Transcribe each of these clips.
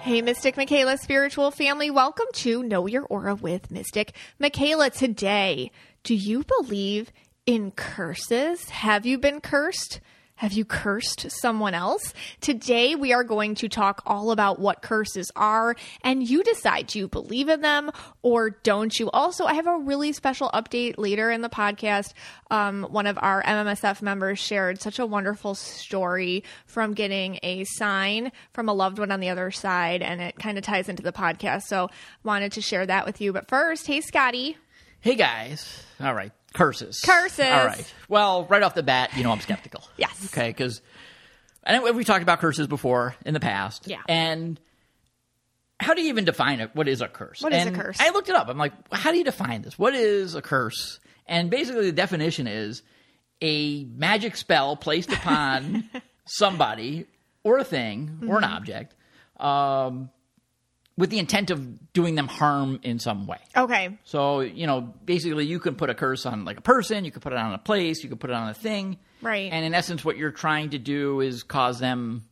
Hey, Mystic Michaela, spiritual family, welcome to Know Your Aura with Mystic Michaela. Today, do you believe in curses? Have you been cursed? Have you cursed someone else? Today, we are going to talk all about what curses are, and you decide do you believe in them or don't you? Also, I have a really special update later in the podcast. Um, one of our MMSF members shared such a wonderful story from getting a sign from a loved one on the other side, and it kind of ties into the podcast. So, wanted to share that with you. But first, hey, Scotty. Hey guys. All right. Curses. Curses. All right. Well, right off the bat, you know I'm skeptical. Yes. Okay, because I know we've talked about curses before in the past. Yeah. And how do you even define it? What is a curse? What is a And curse? I looked it up. I'm like, how do you define this? What is a curse? And basically, the definition is a magic spell placed upon somebody or a thing Mm-hmm. or an object um, with the intent of doing them harm in some way. Okay. So, you know, basically you can put a curse on like a person, you can put it on a place, you can put it on a thing. Right. And in essence what you're trying to do is cause them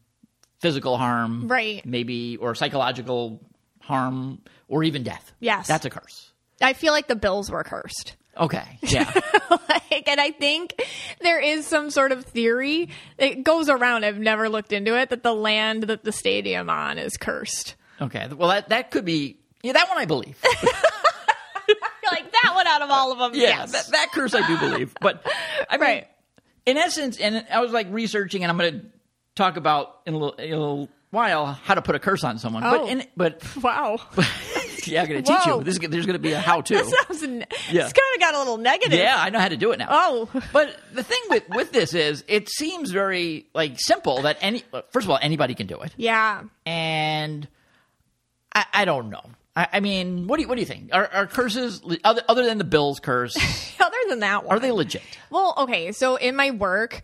physical harm, Right. maybe or psychological harm or even death. Yes. That's a curse. I feel like the Bills were cursed. Okay. Yeah. like, and I think there is some sort of theory. It goes around. I've never looked into it that the land that the stadium on is cursed. okay. Well, that that could be yeah, that one I believe. You're like that one out of all of them. Yeah, yes. that, that curse I do believe. But I mean, Right. in essence, and I was like researching, and I'm going to talk about in a little, in a little while how to put a curse on someone. Oh. But in, but wow. yeah, I'm going to teach Whoa. you. This is, there's going to be a how to. It's kind Yeah. of got a little negative. Yeah, I know how to do it now. Oh. but the thing with with this is, it seems very like simple that any first of all anybody can do it, Yeah. and I, I don't know. I, I mean, what do you what do you think? Are, are curses le- other other than the Bills curse? Other than that one. Are they legit? Well, okay. So in my work,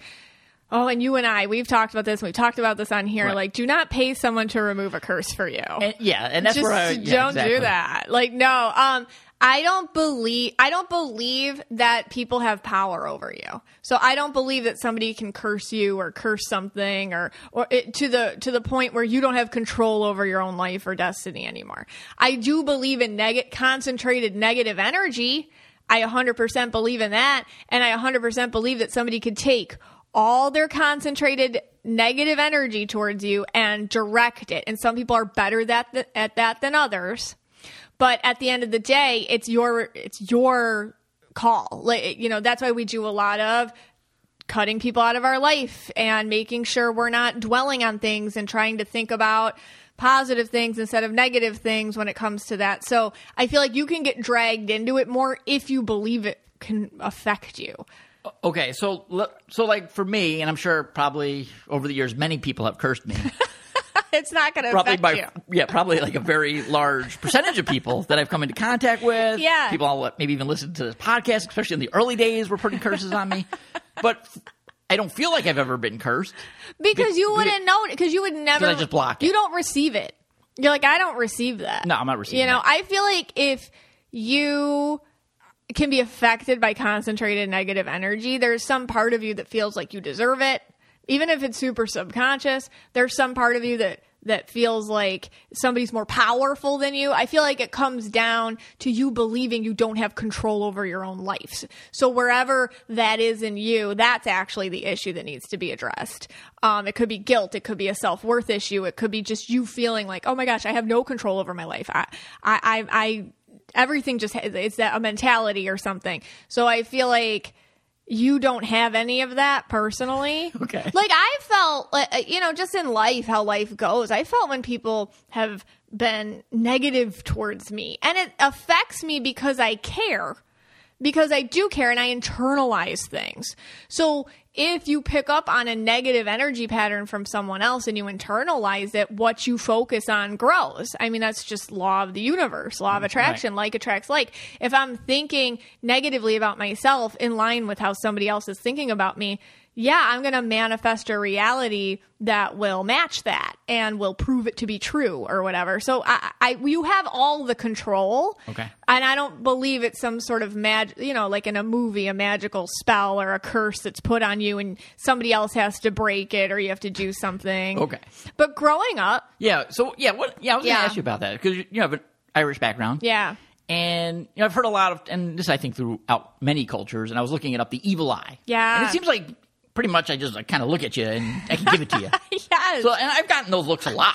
oh, and you and I, we've talked about this. and We've talked about this on here. Right. Like, do not pay someone to remove a curse for you. And, yeah, and that's just where I yeah, don't exactly. do that. Like no, um I don't believe I don't believe that people have power over you. So I don't believe that somebody can curse you or curse something or or it, to the to the point where you don't have control over your own life or destiny anymore. I do believe in neg- concentrated negative energy. I 100% believe in that and I 100% believe that somebody could take all their concentrated negative energy towards you and direct it. And some people are better that th- at that than others. But at the end of the day, it's your it's your call. Like, you know, that's why we do a lot of cutting people out of our life and making sure we're not dwelling on things and trying to think about positive things instead of negative things when it comes to that. So, I feel like you can get dragged into it more if you believe it can affect you. Okay, so le- so like for me, and I'm sure probably over the years, many people have cursed me. It's not going to Probably affect by you. yeah, probably like a very large percentage of people that I've come into contact with. Yeah. people all maybe even listen to this podcast, especially in the early days, were putting curses on me. But f- I don't feel like I've ever been cursed. Because Be- you be- wouldn't know it. Because you would never. I just block it. You don't receive it. You're like, I don't receive that. No, I'm not receiving You know, I feel like if you can be affected by concentrated negative energy, there's some part of you that feels like you deserve it, even if it's super subconscious. There's some part of you that that feels like somebody's more powerful than you. I feel like it comes down to you believing you don't have control over your own life. So wherever that is in you, that's actually the issue that needs to be addressed. Um, it could be guilt. It could be a self worth issue. It could be just you feeling like, oh my gosh, I have no control over my life. I, I, I, I everything just ha- it's that a mentality or something. So I feel like you don't have any of that personally. Okay. Like I felt, like, you know, just in life, how life goes. I felt when people have been negative towards me, and it affects me because I care, because I do care, and I internalize things. So if you pick up on a negative energy pattern from someone else and you internalize it, what you focus on grows. I mean, that's just law of the universe, law of attraction attraction, like attracts like. If I'm thinking negatively about myself in line with how somebody else is thinking about me, yeah, I'm going to manifest a reality that will match that. and will prove it to be true or whatever. So I, I you have all the control. Okay. And I don't believe it's some sort of mag, you know, like in a movie, a magical spell or a curse that's put on you, and somebody else has to break it or you have to do something. Okay. But growing up, Yeah. So yeah, what? Yeah, I was Yeah. gonna ask you about that because you have an Irish background. yeah. And you know, I've heard a lot of, and this I think throughout many cultures. And I was looking it up, the evil eye. Yeah. And it seems like pretty much I just like, kind of look at you and I can give it to you. Yes. So, and I've gotten those looks a lot.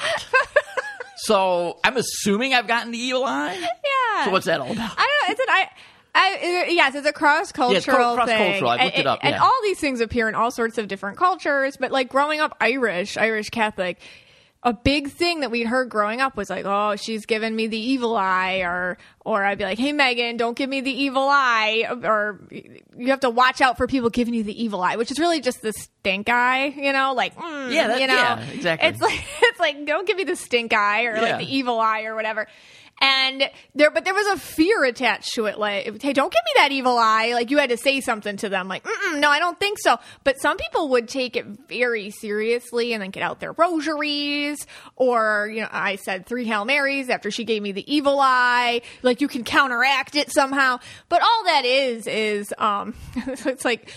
so I'm assuming I've gotten the evil eye. yeah. So what's that all about? I don't. It's an I. I, yes, it's a cross it's cro- cultural cross-cultural. thing. I looked And- it up, and yeah. all these things appear in all sorts of different cultures. But like growing up Irish, Irish Catholic, a big thing that we'd heard growing up was like, "Oh, she's giving me the evil eye," or or I'd be like, "Hey, Megan, don't give me the evil eye," or you have to watch out for people giving you the evil eye, which is really just the stink eye, you know, like mm, Yeah, that- you know, yeah, exactly. It's like it's like don't give me the stink eye or Yeah. like the evil eye or whatever. And there, but there was a fear attached to it. Like, hey, don't give me that evil eye. Like, you had to say something to them. Like, Mm-mm, no, I don't think so. But some people would take it very seriously and then get out their rosaries. Or, you know, I said three Hail Marys after she gave me the evil eye. Like, you can counteract it somehow. But all that is, is, um, it's like,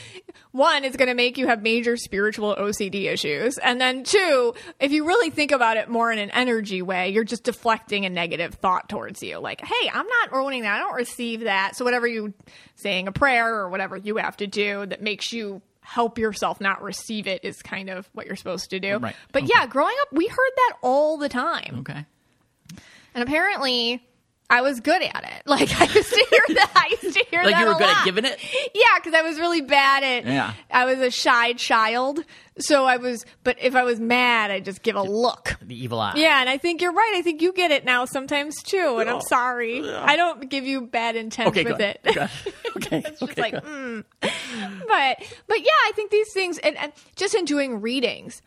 one, it's going to make you have major spiritual OCD issues. And then two, if you really think about it more in an energy way, you're just deflecting a negative thought towards you. Like, hey, I'm not owning that. I don't receive that. So whatever you saying a prayer or whatever you have to do that makes you help yourself not receive it is kind of what you're supposed to do. Right. But Okay. yeah, growing up, we heard that all the time. Okay. And apparently, I was good at it. Like I used to hear that. I used to hear Like that you were a good at lot. giving it? Yeah, because I was really bad at. Yeah. I was a shy child, so I was. But if I was mad, I just give a look. The evil eye. Yeah, and I think you're right. I think you get it now sometimes too, and Yeah. I'm sorry. I don't give you bad intent Okay. with good. it. Good. Okay. It's just okay, like, good. mm. but but yeah, I think these things, and, and just in doing readings,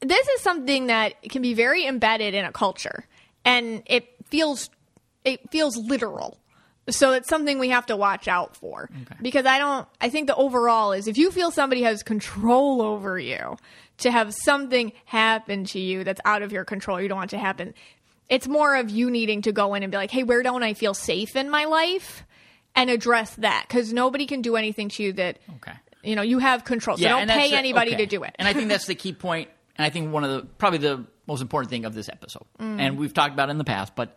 this is something that can be very embedded in a culture, and it feels it feels literal. So it's something we have to watch out for because I don't. I think the overall is if you feel somebody has control over you, to have something happen to you that's out of your control, you don't want it to happen. It's more of you needing to go in and be like, hey, where don't I feel safe in my life? And address that because nobody can do anything to you that Okay. you know you have control. So don't and that's pay the- anybody okay. to do it. And I think that's the key point, and I think one of the probably the most important thing of this episode, Mm. and we've talked about it in the past, but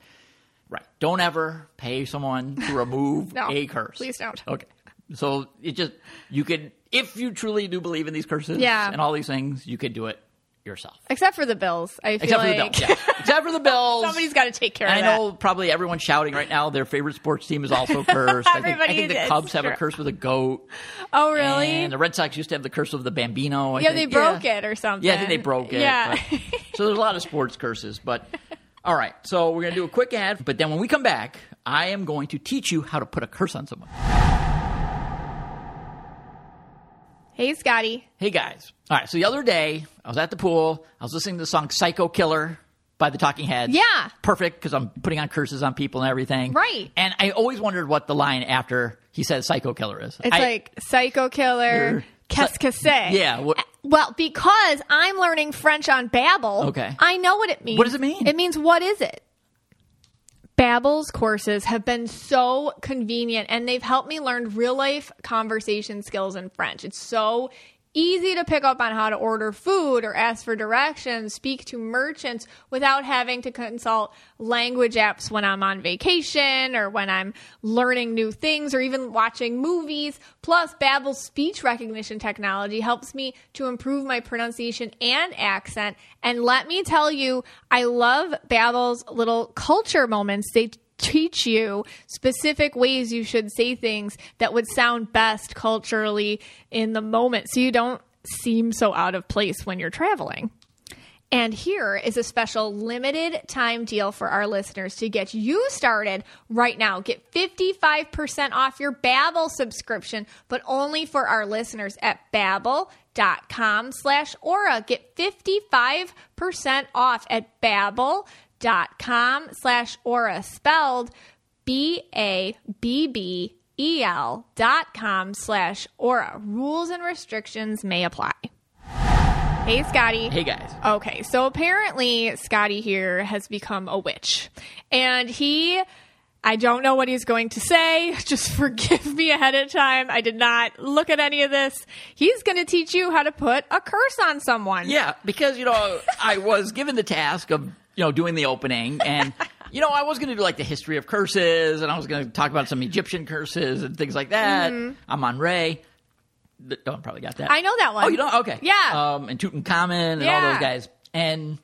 right, don't ever pay someone to remove No, a curse. please don't. Okay, so it just you could if you truly do believe in these curses, Yeah. and all these things, you could do it yourself, Except for the bills, I feel except like for the bills. Yeah. Except for the bills. somebody's got to take care And I of know probably everyone shouting right now. Their favorite sports team is also cursed. I think, I Everybody think the is, Cubs have a true. curse with a goat. that. Oh, really? And the Red Sox used to have the curse of the Bambino. I yeah, they think. broke it or something. Yeah, I think they broke it. Yeah. but- so there's a lot of sports curses, but all right. So we're gonna do a quick ad, but then when we come back, I am going to teach you how to put a curse on someone. hey, Scotty. Hey guys. All right. So the other day, I was at the pool. I was listening to the song "Psycho Killer" by the Talking Heads. Yeah. Perfect because I'm putting on curses on people and everything. Right. And I always wondered what the line after he says "Psycho Killer" is. It's I- like eh. psycho killer, qu'est-ce que c'est? Yeah, what- well, because I'm learning French on Babbel, Okay. I know what it means. What does it mean? It means what is it? Babbel's courses have been so convenient and they've helped me learn real life conversation skills in French. It's so easy to pick up on how to order food or ask for directions, speak to merchants without having to consult language apps when I'm on vacation or when I'm learning new things or even watching movies. Plus, Babbel's speech recognition technology helps me to improve my pronunciation and accent. And let me tell you, I love Babbel's little culture moments. They teach you specific ways you should say things that would sound best culturally in the moment so you don't seem so out of place when you're traveling. And here is a special limited time deal for our listeners to get you started right now. Get 55% off your Babbel subscription, but only for our listeners at babbel.com slash aura. Get 55% off at babbel.com slash aura, spelled B-A-B-B-E-L dot com slash aura. Rules and restrictions may apply. Hey, Scotty. Hey guys. Okay, so apparently Scotty here has become a witch. And he I don't know what he's going to say. Just forgive me ahead of time. I did not look at any of this. He's going to teach you how to put a curse on someone. Yeah, because you know I was given the task of you know doing the opening, and you know I was going to do like the history of curses, and I was going to talk about some Egyptian curses and things like that. I'm on Ray. Don't probably got that. Mm-hmm. I know that one. Oh, you don't? Okay. Yeah. Um, and Tutankhamun and all Yeah. those guys. And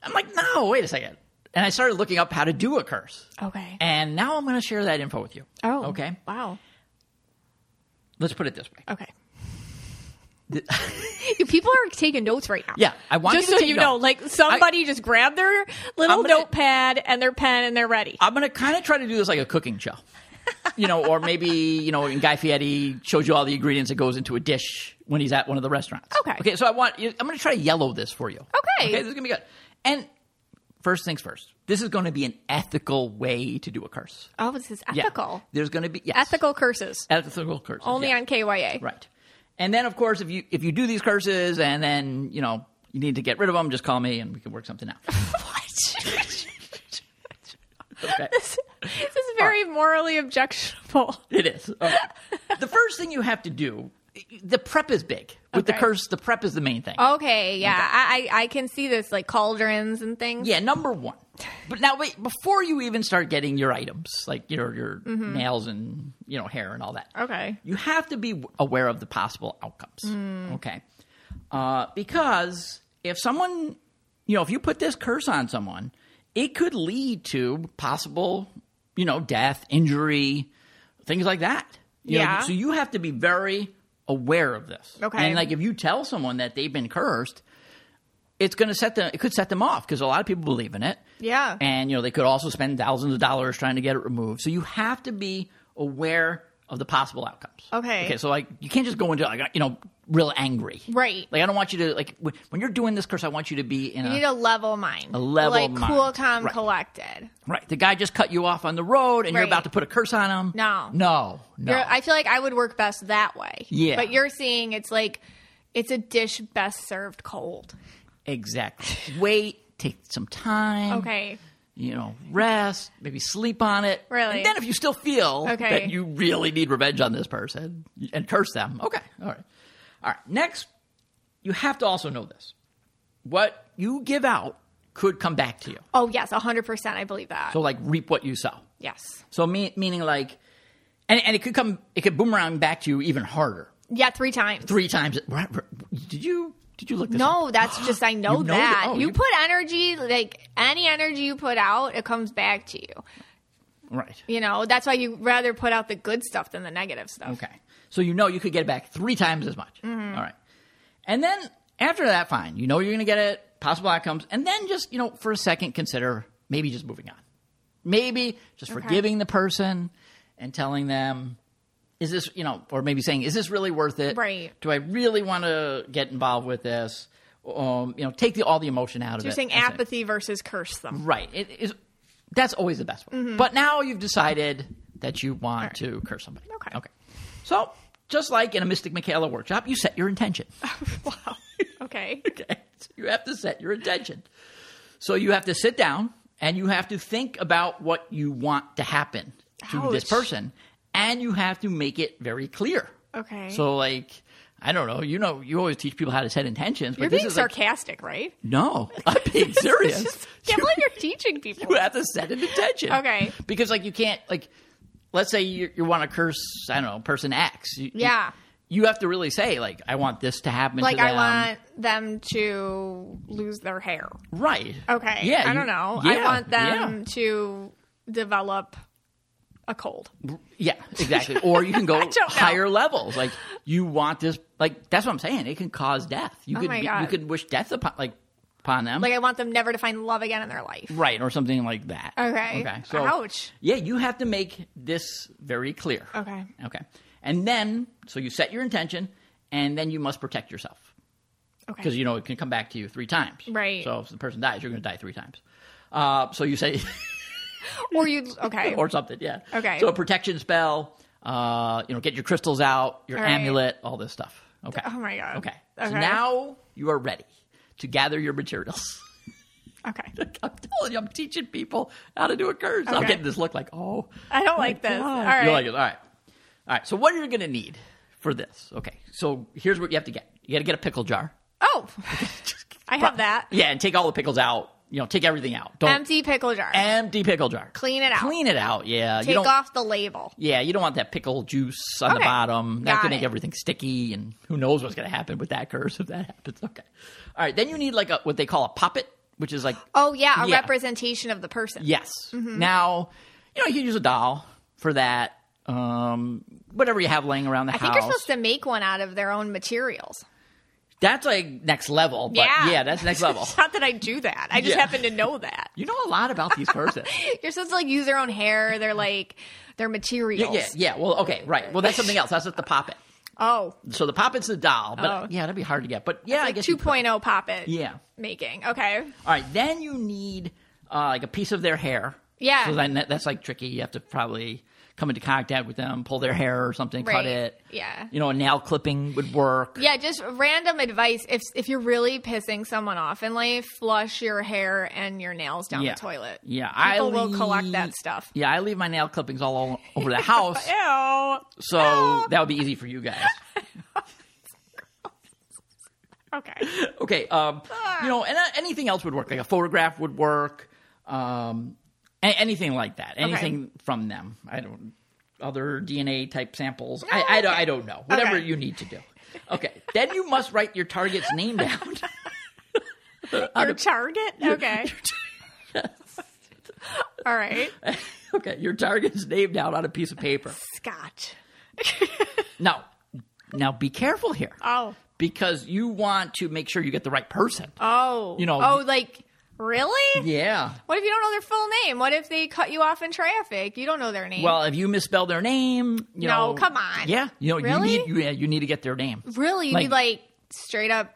I'm like, no, wait a second. And I started looking up how to do a curse. Okay. And now I'm going to share that info with you. oh. Okay. Wow. Let's put it this way. Okay. People are taking notes right now. Yeah, I want just you to so take you know, notes. like somebody just grab their little I'm gonna- Uh, notepad and their pen and they're ready. I'm gonna kind of try to do this like a cooking show, you know, or maybe you know, in Guy Fieri shows you all the ingredients that goes into a dish when he's at one of the restaurants. Okay. Okay. So I want you- I'm gonna try to yellow this for you. Okay. Okay. This is gonna be good. And first things first, this is going to be an ethical way to do a curse. oh, this is Yeah. ethical. There's going to be yes, Ethical curses. ethical curse. Only on KYA. Right. And then, of course, if you if you do these curses and then you know you need to get rid of them, just call me and we can work something out. What? Okay. This is very morally objectionable. It is. Okay. the first thing you have to do, the prep is big. With the Okay. Oh. curse, the prep is the main thing. Okay, yeah, I, I I can see this like cauldrons and things. Yeah, number one. But now, wait, before you even start getting your items, like your your Mm-hmm. nails and you know hair and all that, Okay. you have to be aware of the possible outcomes. Hmm. Okay, uh, because if someone, you know, if you put this curse on someone, it could lead to possible, you know, death, injury, things like that. You know, Yeah. so you have to be very aware of this. Okay. And like if you tell someone that they've been cursed, it's going to set them. It could set them off because a lot of people believe in it. Yeah. And you know they could also spend thousands of dollars trying to get it removed. So you have to be aware of the possible outcomes. Okay. Okay. So like you can't just go into like you know real angry. Right. Like I don't want you to like when when you're doing this curse, I want you to be in You a need a level mind. uh, A level like mind. cool, calm, Right. collected. right. The guy just cut you off on the road and you're Right. about to put a curse on him. No. No. No. You're, I feel like I would work best that way. Yeah. But you're seeing it's like it's a dish best served cold. exactly. Wait. Take some time. Okay. you know, rest, maybe sleep on it. Really? And then if you still feel Okay. that you really need revenge on this person and curse them, okay, all right. All right, next, you have to also know this. What you give out could come back to you. Oh yes, hundred percent. I believe that. So, like, reap what you sow. yes. So, me- meaning like, and, and it could come, it could boomerang back to you even harder. Yeah, three times. Three times. Did you, did you look this up? No, that's just I know, You know that. that- oh, you, you- put energy like any energy you put out, it comes back to you. Right. You know, that's why you rather put out the good stuff than the negative stuff. Okay. So you know you could get it back three times as much. Mm-hmm. All right. And then after that, fine. You know you're going to get it, possible outcomes. And then just, you know, for a second, consider maybe just moving on. Maybe just forgiving the person and telling them, is this, you know, or maybe saying, is this really worth it? Right. Do I really want to get involved with this? Um, you know, take the, all the emotion out of You're it. saying That's it. apathy versus curse them. Right. It is. That's always the best one. Mm-hmm. But now you've decided that you want to curse somebody. Okay. Okay. So just like in a Mystic Michaela workshop, you set your intention. wow. Mm-hmm. Okay. Okay. So you have to set your intention. So you have to sit down and you have to think about what you want to happen to this Ouch. person, and you have to make it very clear. Okay. So like. I don't know. You know, you always teach people how to set intentions, but You're this being is like, sarcastic, right? no, I'm being serious. Can't believe you're teaching people. you have to set an intention. Okay. Because like you can't like, let's say you, you want to curse I don't know person X. You, Yeah. You, you have to really say like I want this to happen. Like to I them. want them to lose their hair. Right. Okay. Yeah. I you- don't know. I yeah, want them to develop a cold. Yeah. yeah exactly. Or you can go don't know. higher levels. Like you want this. Like that's what I'm saying. It can cause death. You could Oh my be- you God. could wish death upon like upon them. Like I want them never to find love again in their life. Right, or something like that. Okay. Okay. So, Ouch. Yeah, you have to make this very clear. Okay. Okay. And then, so you set your intention, and then you must protect yourself Okay. because you know it can come back to you three times. Right. So if the person dies, you're going to die three times. Uh, so you say, Or you okay. or something, yeah. Okay. So a protection spell. Uh, you know, get your crystals out, your All right. amulet, all this stuff. Okay. Oh my god. Okay. Okay. So now you are ready to gather your materials. okay. I'm telling you, I'm teaching people how to do a curse. I'm Okay. getting this look like, oh, I don't like this. All God. right. You like it. All right. All right. So what you're gonna need for this? Okay. So here's what you have to get. You got to get a pickle jar. Oh, I have that Yeah, and take all the pickles out. You know, take everything out. Don't empty pickle jar. empty pickle jar. Clean it out. Clean it out. Yeah. you Take don't, off the label. Yeah, you don't want that pickle juice on the Okay. bottom. That Got could make it. everything sticky, and who knows what's going to happen with that curse if that happens. Okay. All right. Then you need like a what they call a poppet, which is like Oh yeah, a Yeah. representation of the person. Yes. Mm-hmm. Now, you know, you can use a doll for that. Um, whatever you have laying around the I house. think you're supposed to make one out of their own materials. that's like next level. But yeah. Yeah. that's next level. It's not that I do that. I just Yeah. happen to know that. you know a lot about these persons. You're supposed to like use their own hair, their like their yeah, materials. yeah, yeah. Well, okay, right. Well, that's something else. That's at the poppet. Oh, So the poppet's a doll, but Oh. yeah, that'd be hard to get. But yeah, I like guess you could. 2.0 pop it. Yeah. Making. Okay. All right, then you need uh, like a piece of their hair. Yeah. So then that, that's like tricky. You have to probably come into contact with them, pull their hair or something, cut Right. it. Yeah. You know, a nail clipping would work. Yeah, just random advice. If if you're really pissing someone off in life, flush your hair and your nails down Yeah. the toilet. Yeah, I People will collect leave- that stuff. Yeah, I leave my nail clippings all o- over the house, Ew. so that would be easy for you guys. Okay. Okay, um, you know, and uh, anything else would work. Like a photograph would work. Um, a- anything like that. Anything from them. I don't. Other DNA type samples. I, I don't. I don't know. Whatever Okay. you need to do. Okay, then you must write your target's name down. Your target? Okay. All right. okay, your target's name down on a piece of paper. Scotch. Now, now be careful here Oh. because you want to make sure you get the right person. Oh. You know- Oh, like really? Yeah. What if you don't know their full name? What if they cut you off in traffic? You don't know their name. Well, if you misspell their name, you No, know, come on. Yeah, you know, Really? you need, you, yeah, you need to get their name. really, you like- need like straight up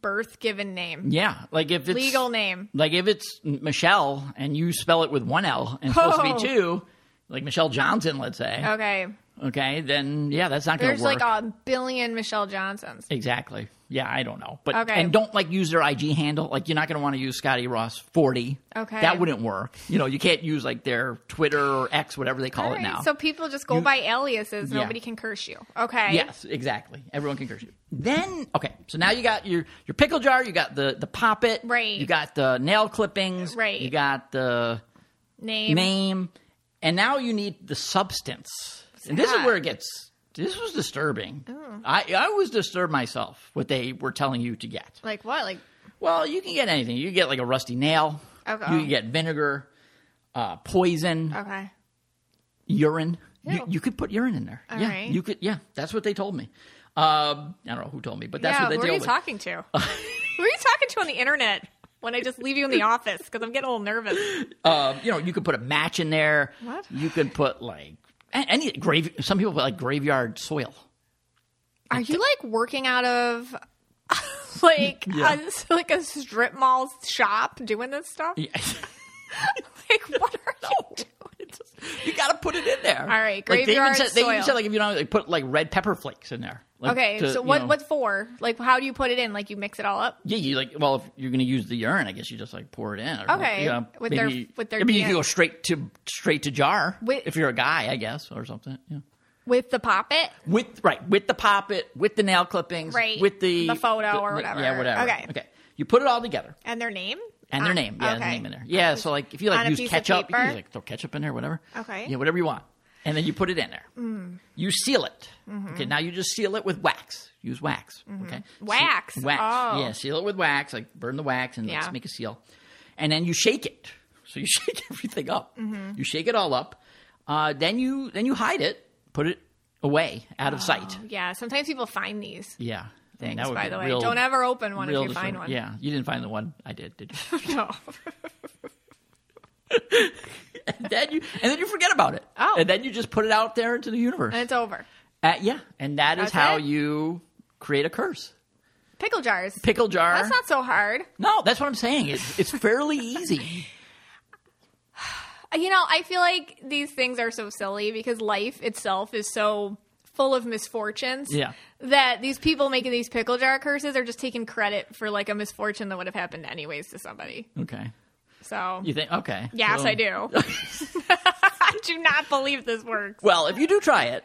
birth given name, Yeah, like if it's legal name. like if it's Michelle and you spell it with one L and it's Oh. supposed to be two, like Michelle Johnson, let's say. Okay. Okay, then yeah, that's not Oh. going There's to work. like a billion Michelle Johnsons. exactly. Yeah, I don't know, but Okay. and don't like use their IG handle. Like you're not going to want to use Scotty Ross forty. Okay. that wouldn't work. You know, you can't use like their Twitter or X, whatever they call All it right, now. So people just go by aliases. Yeah. Nobody can curse you. Okay. Yes, exactly. Everyone can curse you. Then okay, so now you got your your pickle jar, you got the the poppet, Right. You got the nail clippings, Right. You got the Name. name, and now you need the substance. and this is that? where it gets. This was disturbing. Oh. I I was disturbed myself what they were telling you to get. Like what? Like Well, you can get anything. You can get like a rusty nail. Okay. You can get vinegar, uh, poison okay. urine. Ew. You, you could put urine in there. All yeah, right. you could. Yeah, that's what they told me. Um, I don't know who told me, but that's yeah. what they Who are told you me. talking to? who are you talking to on the internet? When I just leave you in the office because I'm getting a little nervous. Um, you know, you could put a match in there. What? You could put like a- any grave. Some people put like graveyard soil. Are you like working out of like Yeah. a, like a strip mall shop doing this stuff? Yeah. Like what are you doing? It's just- you got to put it in there. All right, Like, they even graveyard said, They even soil. said like if you don't like, put like red pepper flakes in there. Like, Okay, to, so you what know- what for? Like how do you put it in? Like you mix it all up? Yeah, you like. Well, if you're going to use the urine, I guess you just like pour it in. Or, Okay, yeah, with their- maybe- with their I mean, you DNA. can go straight to straight to jar With- if you're a guy, I guess, or something. Yeah. With the poppet? with right with the poppet, with the nail clippings, Right. with the The photo or the- whatever. Yeah, whatever. Okay. okay. You put it all together And their name? and their Uh, name. Yeah, the okay. name in there. Yeah, so like if you On like a use piece of ketchup, you paper? can, like throw ketchup in there, whatever. Okay. Mm-hmm. Yeah, whatever you want, and then you put it in there. You seal it. Okay, now you just seal it with wax. Use wax. Okay. Mm-hmm. Wax? Seal- wax. Oh. Yeah, seal it with wax. Like burn the wax and let's Yeah. make a seal, and then you shake it. So you shake everything up. Mm-hmm. You shake it all up. Uh, then you then you hide it. Put it away out of sight. Yeah, sometimes people find these. Yeah. Things, Thanks, by the way. Don't ever open one if you find one. Yeah, you didn't find the one I did, did you? No. and, then you and then you forget about it. Oh. And then you just put it out there into the universe. And it's over. Uh, yeah, and that is That's how it? you create a curse. Pickle jars. Pickle jar. That's not so hard. no, that's what I'm saying. It's, it's fairly easy. You know, I feel like these things are so silly because life itself is so full of misfortunes. Yeah. that these people making these pickle jar curses are just taking credit for like a misfortune that would have happened anyways to somebody. Okay. So You think? Okay. yes, So- I do. I do not believe this works. Well, if you do try it,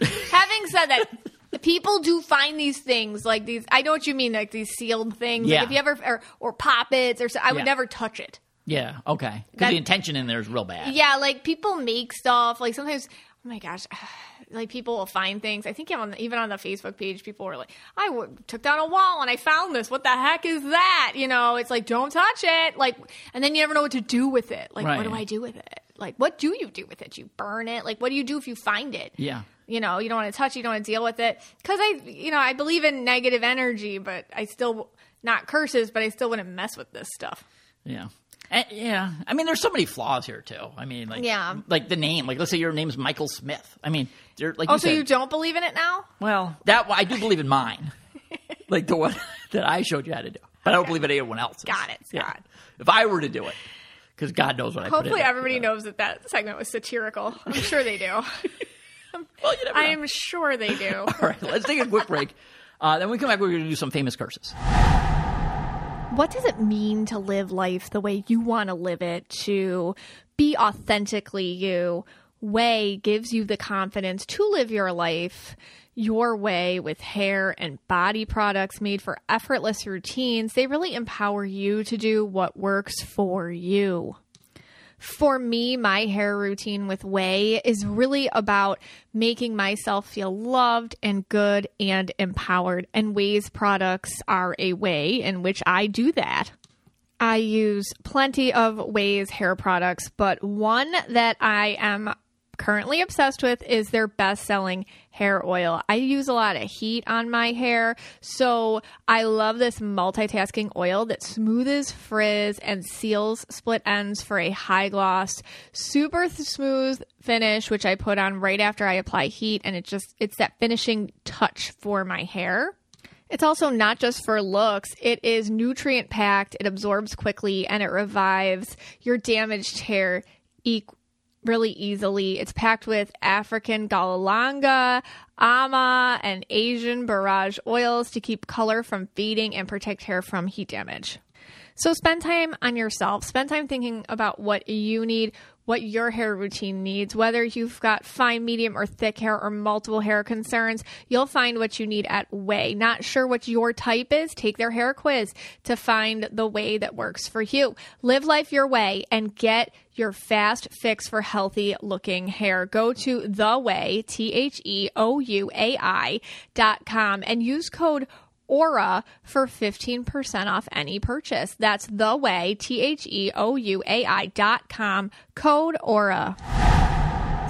Having said that, people do find these things like these. I know what you mean, like these sealed things. Yeah. Like if you ever or, or poppets or so, I would Yeah. never touch it. yeah, okay, because That- the intention in there is real bad. Yeah, like people make stuff. Like sometimes, oh my gosh, like people will find things. I think even on the, even on the Facebook page, people were like, "I w- took down a wall and I found this. What the heck is that?" You know, it's like don't touch it. Like, and then you never know what to do with it. Like, what Right. do I do with it? Like, what do you do with it? You burn it? Like, what do you do if you find it? Yeah. You know, you don't want to touch. it, You don't want to deal with it because I, you know, I believe in negative energy, but I still not curses, but I still wouldn't mess with this stuff. Yeah. And, yeah. I mean, there's so many flaws here too. I mean, like, Yeah. like the name. Like, let's say your name's Michael Smith. I mean, there, like, Oh, you so said, you don't believe in it now? well, that I do believe in mine, like the one that I showed you how to do. But I don't believe in anyone else. Got it, Scott. If I were to do it, because God knows what I. put in Hopefully, it. everybody knows that that segment was satirical. I'm sure they do. Well, you never I know. am sure they do. All right, let's take a quick break. Uh, then we come back. We're going to do some famous curses. What does it mean to live life the way you want to live it, to be authentically you? Way gives you the confidence to live your life your way with hair and body products made for effortless routines. They really empower you to do what works for you. for me, my hair routine with Way is really about making myself feel loved and good and empowered. And Way's products are a way in which I do that. I use plenty of Way's hair products, but one that I am currently obsessed with is their best selling hair oil. I use a lot of heat on my hair, so I love this multitasking oil that smoothes frizz and seals split ends for a high gloss, super th- smooth finish which I put on right after I apply heat and it just it's that finishing touch for my hair. It's also not just for looks. It is nutrient packed, it absorbs quickly, and it revives your damaged hair e- really easily. It's packed with African galalanga, ama, and Asian barrage oils to keep color from fading and protect hair from heat damage. So spend time on yourself. Spend time thinking about what you need, what your hair routine needs, whether you've got fine, medium, or thick hair or multiple hair concerns. You'll find what you need at Way. Not sure what your type is? Take their hair quiz to find the way that works for you. Live life your way and get your fast fix for healthy looking hair. Go to the way, T H E O U A I dot com and use code Aura for 15% off any purchase. That's the way, T H E O U A I dot com, code Aura.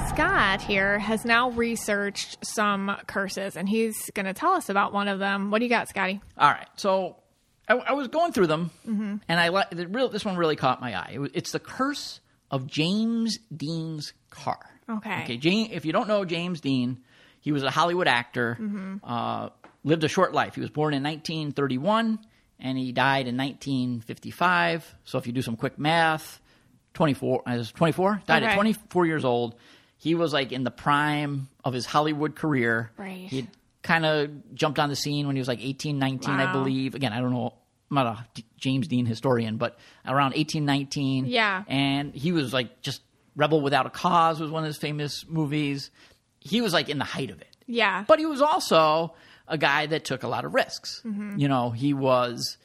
Scott here has now researched some curses and he's going to tell us about one of them. What do you got, Scotty? All right. So I, I was going through them, Mm-hmm. and I li- the real, this one really caught my eye. It was, it's the curse of James Dean's car. Okay. Okay. Jane, if you don't know James Dean, he was a Hollywood actor. Mm-hmm. Uh, lived a short life. He was born in 1931, and he died in 1955. So if you do some quick math, uh, 24 I was 24 died Okay. at 24 years old. He was like in the prime of his Hollywood career. Right. He kind of jumped on the scene when he was like 18, 19, I Wow. believe. Again, I don't know. I'm not a D- James Dean historian, but around 18, 19. Yeah. And he was like just Rebel Without a Cause was one of his famous movies. He was like in the height of it. Yeah. But he was also a guy that took a lot of risks. Mm-hmm. You know, he was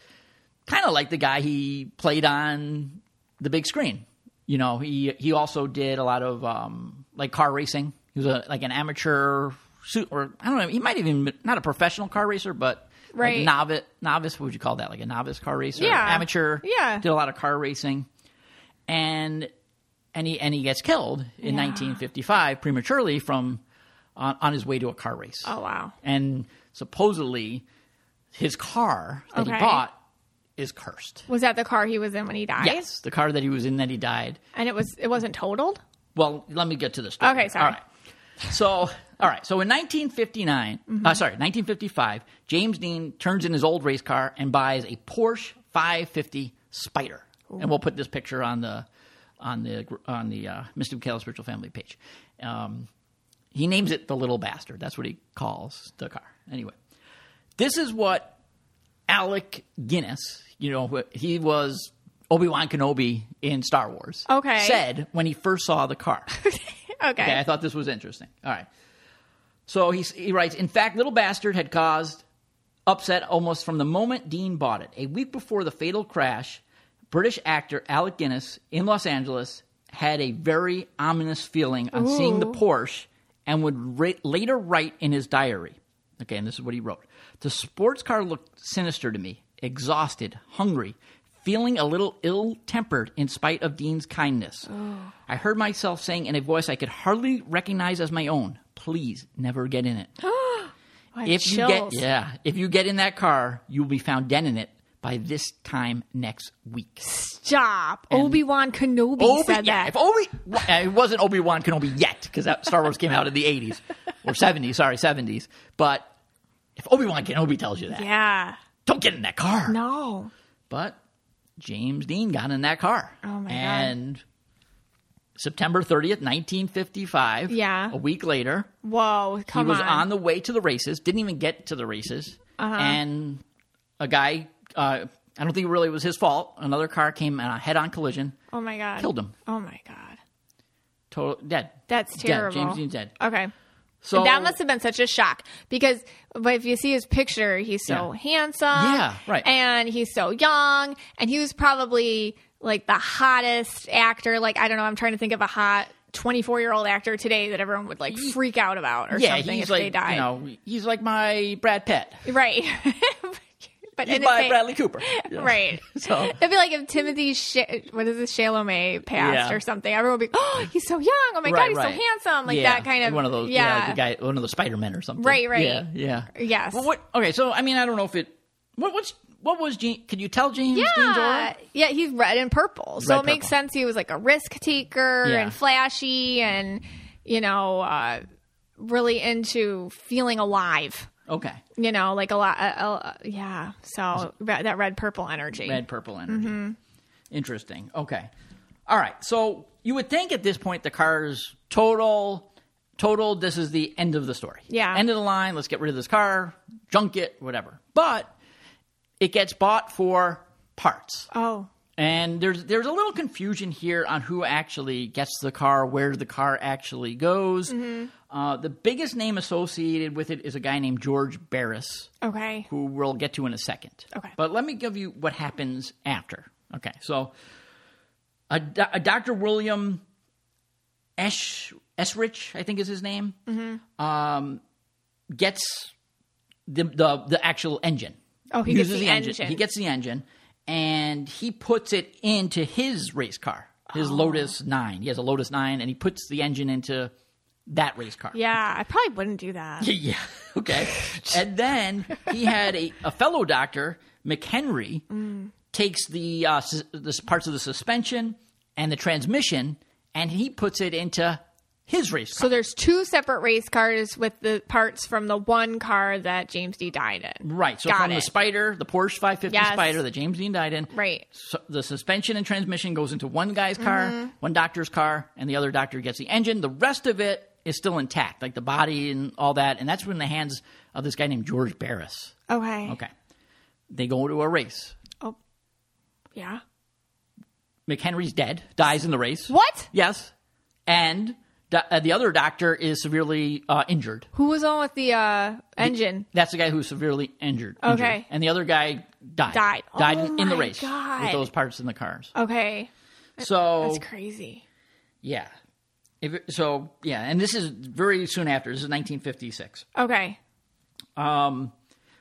kind of like the guy he played on the big screen. You know, he he also did a lot of um, like car racing. He was a, like an amateur suit, or I don't know. He might even been- not a professional car racer, but Right. like novice novice. What would you call that? Like a novice car racer, Yeah. amateur. Yeah. did a lot of car racing, and and he and he gets killed in 1955 prematurely from on, on his way to a car race. Oh, wow. And supposedly his car that Okay. he bought is cursed. Was that the car he was in when he died? Yes, the car that he was in that he died. And it was it wasn't totaled? Well, let me get to the story. Okay, sorry. All right. So, all right. So in 1959, Mm-hmm. uh, sorry, 1955, James Dean turns in his old race car and buys a Porsche 550 Spider. And we'll put this picture on the on the on the uh, Mr. Michael's Spiritual Family page. Um, He names it the little bastard. That's what he calls the car. Anyway, this is what Alec Guinness, you know, wh- he was Obi Wan Kenobi in Star Wars. Okay. Said when he first saw the car. Okay. Okay, I thought this was interesting. All right. So he, he writes In fact, Little Bastard had caused upset almost from the moment Dean bought it. A week before the fatal crash, British actor Alec Guinness in Los Angeles had a very ominous feeling on seeing the Porsche and would ra- later write in his diary. Okay, and this is what he wrote The sports car looked sinister to me, exhausted, hungry, feeling a little ill tempered in spite of Dean's kindness. Oh. I heard myself saying in a voice I could hardly recognize as my own, Please never get in it. I have if chills. you get yeah, if you get in that car, you'll be found dead in it by this time next week. Stop. Obi Wan Kenobi said yeah, that. if Obi, well, it wasn't Obi Wan Kenobi yet because Star Wars came out in the eighties or seventies, sorry seventies. But if Obi Wan Kenobi tells you that, yeah. don't get in that car. No. But James Dean got in that car. Oh, my God. And September thirtieth, nineteen fifty-five. Yeah. a week later, Whoa. Come Uh-huh. he was on. the way to the races, didn't even get to the races, and a guy. Uh, I don't think it really was his fault. Another car came in a head-on collision, oh my god. killed him, Oh my god. total dead. That's terrible. Dead. James Dean's dead. Okay. So that must have been such a shock because but if you see his picture, he's so Yeah. handsome. Yeah, right. And he's so young. And he was probably like the hottest actor. Like, I don't know, I'm trying to think of a hot 24 year old actor today that everyone would like freak out about or yeah, something he's if like they died. you know he's like my Brad Pitt, Right. but he's in my Bradley Cooper, Yeah. Right. So It'd be like if Timothy, Sh- what is it, Chalamet passed Yeah. or something. Everyone would be, oh, he's so young. Oh my God, right, he's right. so handsome. Like Yeah, that kind of. one of those, yeah, the guy, one of the Spider Men or something, Right, right. yeah, yeah, Yes. Well, what? Okay, so I mean, I don't know if it. What, what's what was? Gene, could you tell James Dean's aura? yeah, yeah, he's red and purple, so Red, it makes purple. sense. He was like a risk taker Yeah. and flashy, and you know, uh, really into feeling alive. Okay, You know, like a lot. Uh, uh, yeah, so re- that red purple energy. red purple energy. Mm-hmm. Interesting. Okay. All right. So you would think at this point the car's total, total. This is the end of the story. Yeah. End of the line. Let's get rid of this car, junk it, whatever. But it gets bought for parts, Oh, and there's there's a little confusion here on who actually gets the car, where the car actually goes. Uh, the biggest name associated with it is a guy named George Barris okay. who we'll get to in a second. Okay. But let me give you what happens after. Okay. So, a, do- a Dr. William Esh Esrich, I think is his name, Mm-hmm. um, gets the, the the actual engine. Oh, he gets the engine. He gets the engine, and he puts it into his race car, Oh. his Lotus Nine. He has a Lotus Nine, and he puts the engine into that race car. Yeah, I probably wouldn't do that. Yeah. Okay. and then he had a, a fellow doctor, McHenry, takes the uh, sus- the s- parts of the suspension and the transmission, and he puts it into his race car. So there's two separate race cars with the parts from the one car that James D died in. right. So Got from it. the Spider, the Porsche 550 Yes. Spider that James Dean died in. Right. So the suspension and transmission goes into one guy's car, Mm-hmm. one doctor's car, and the other doctor gets the engine. The rest of it is still intact, like the body and all that. And that's when the hands of this guy named George Barris. Okay. Okay. They go to a race. Oh, yeah. McHenry's dead, dies in the race. What? Yes. And do- uh, the other doctor is severely uh, injured. Who was on with the uh, engine? That's the guy who's severely injured. injured. Okay. And the other guy died. Died. Died Oh in, in the my race with God. those parts in the cars. Okay, So that's crazy. yeah. If it- so yeah, and this is very soon after. This is 1956. Okay, Um,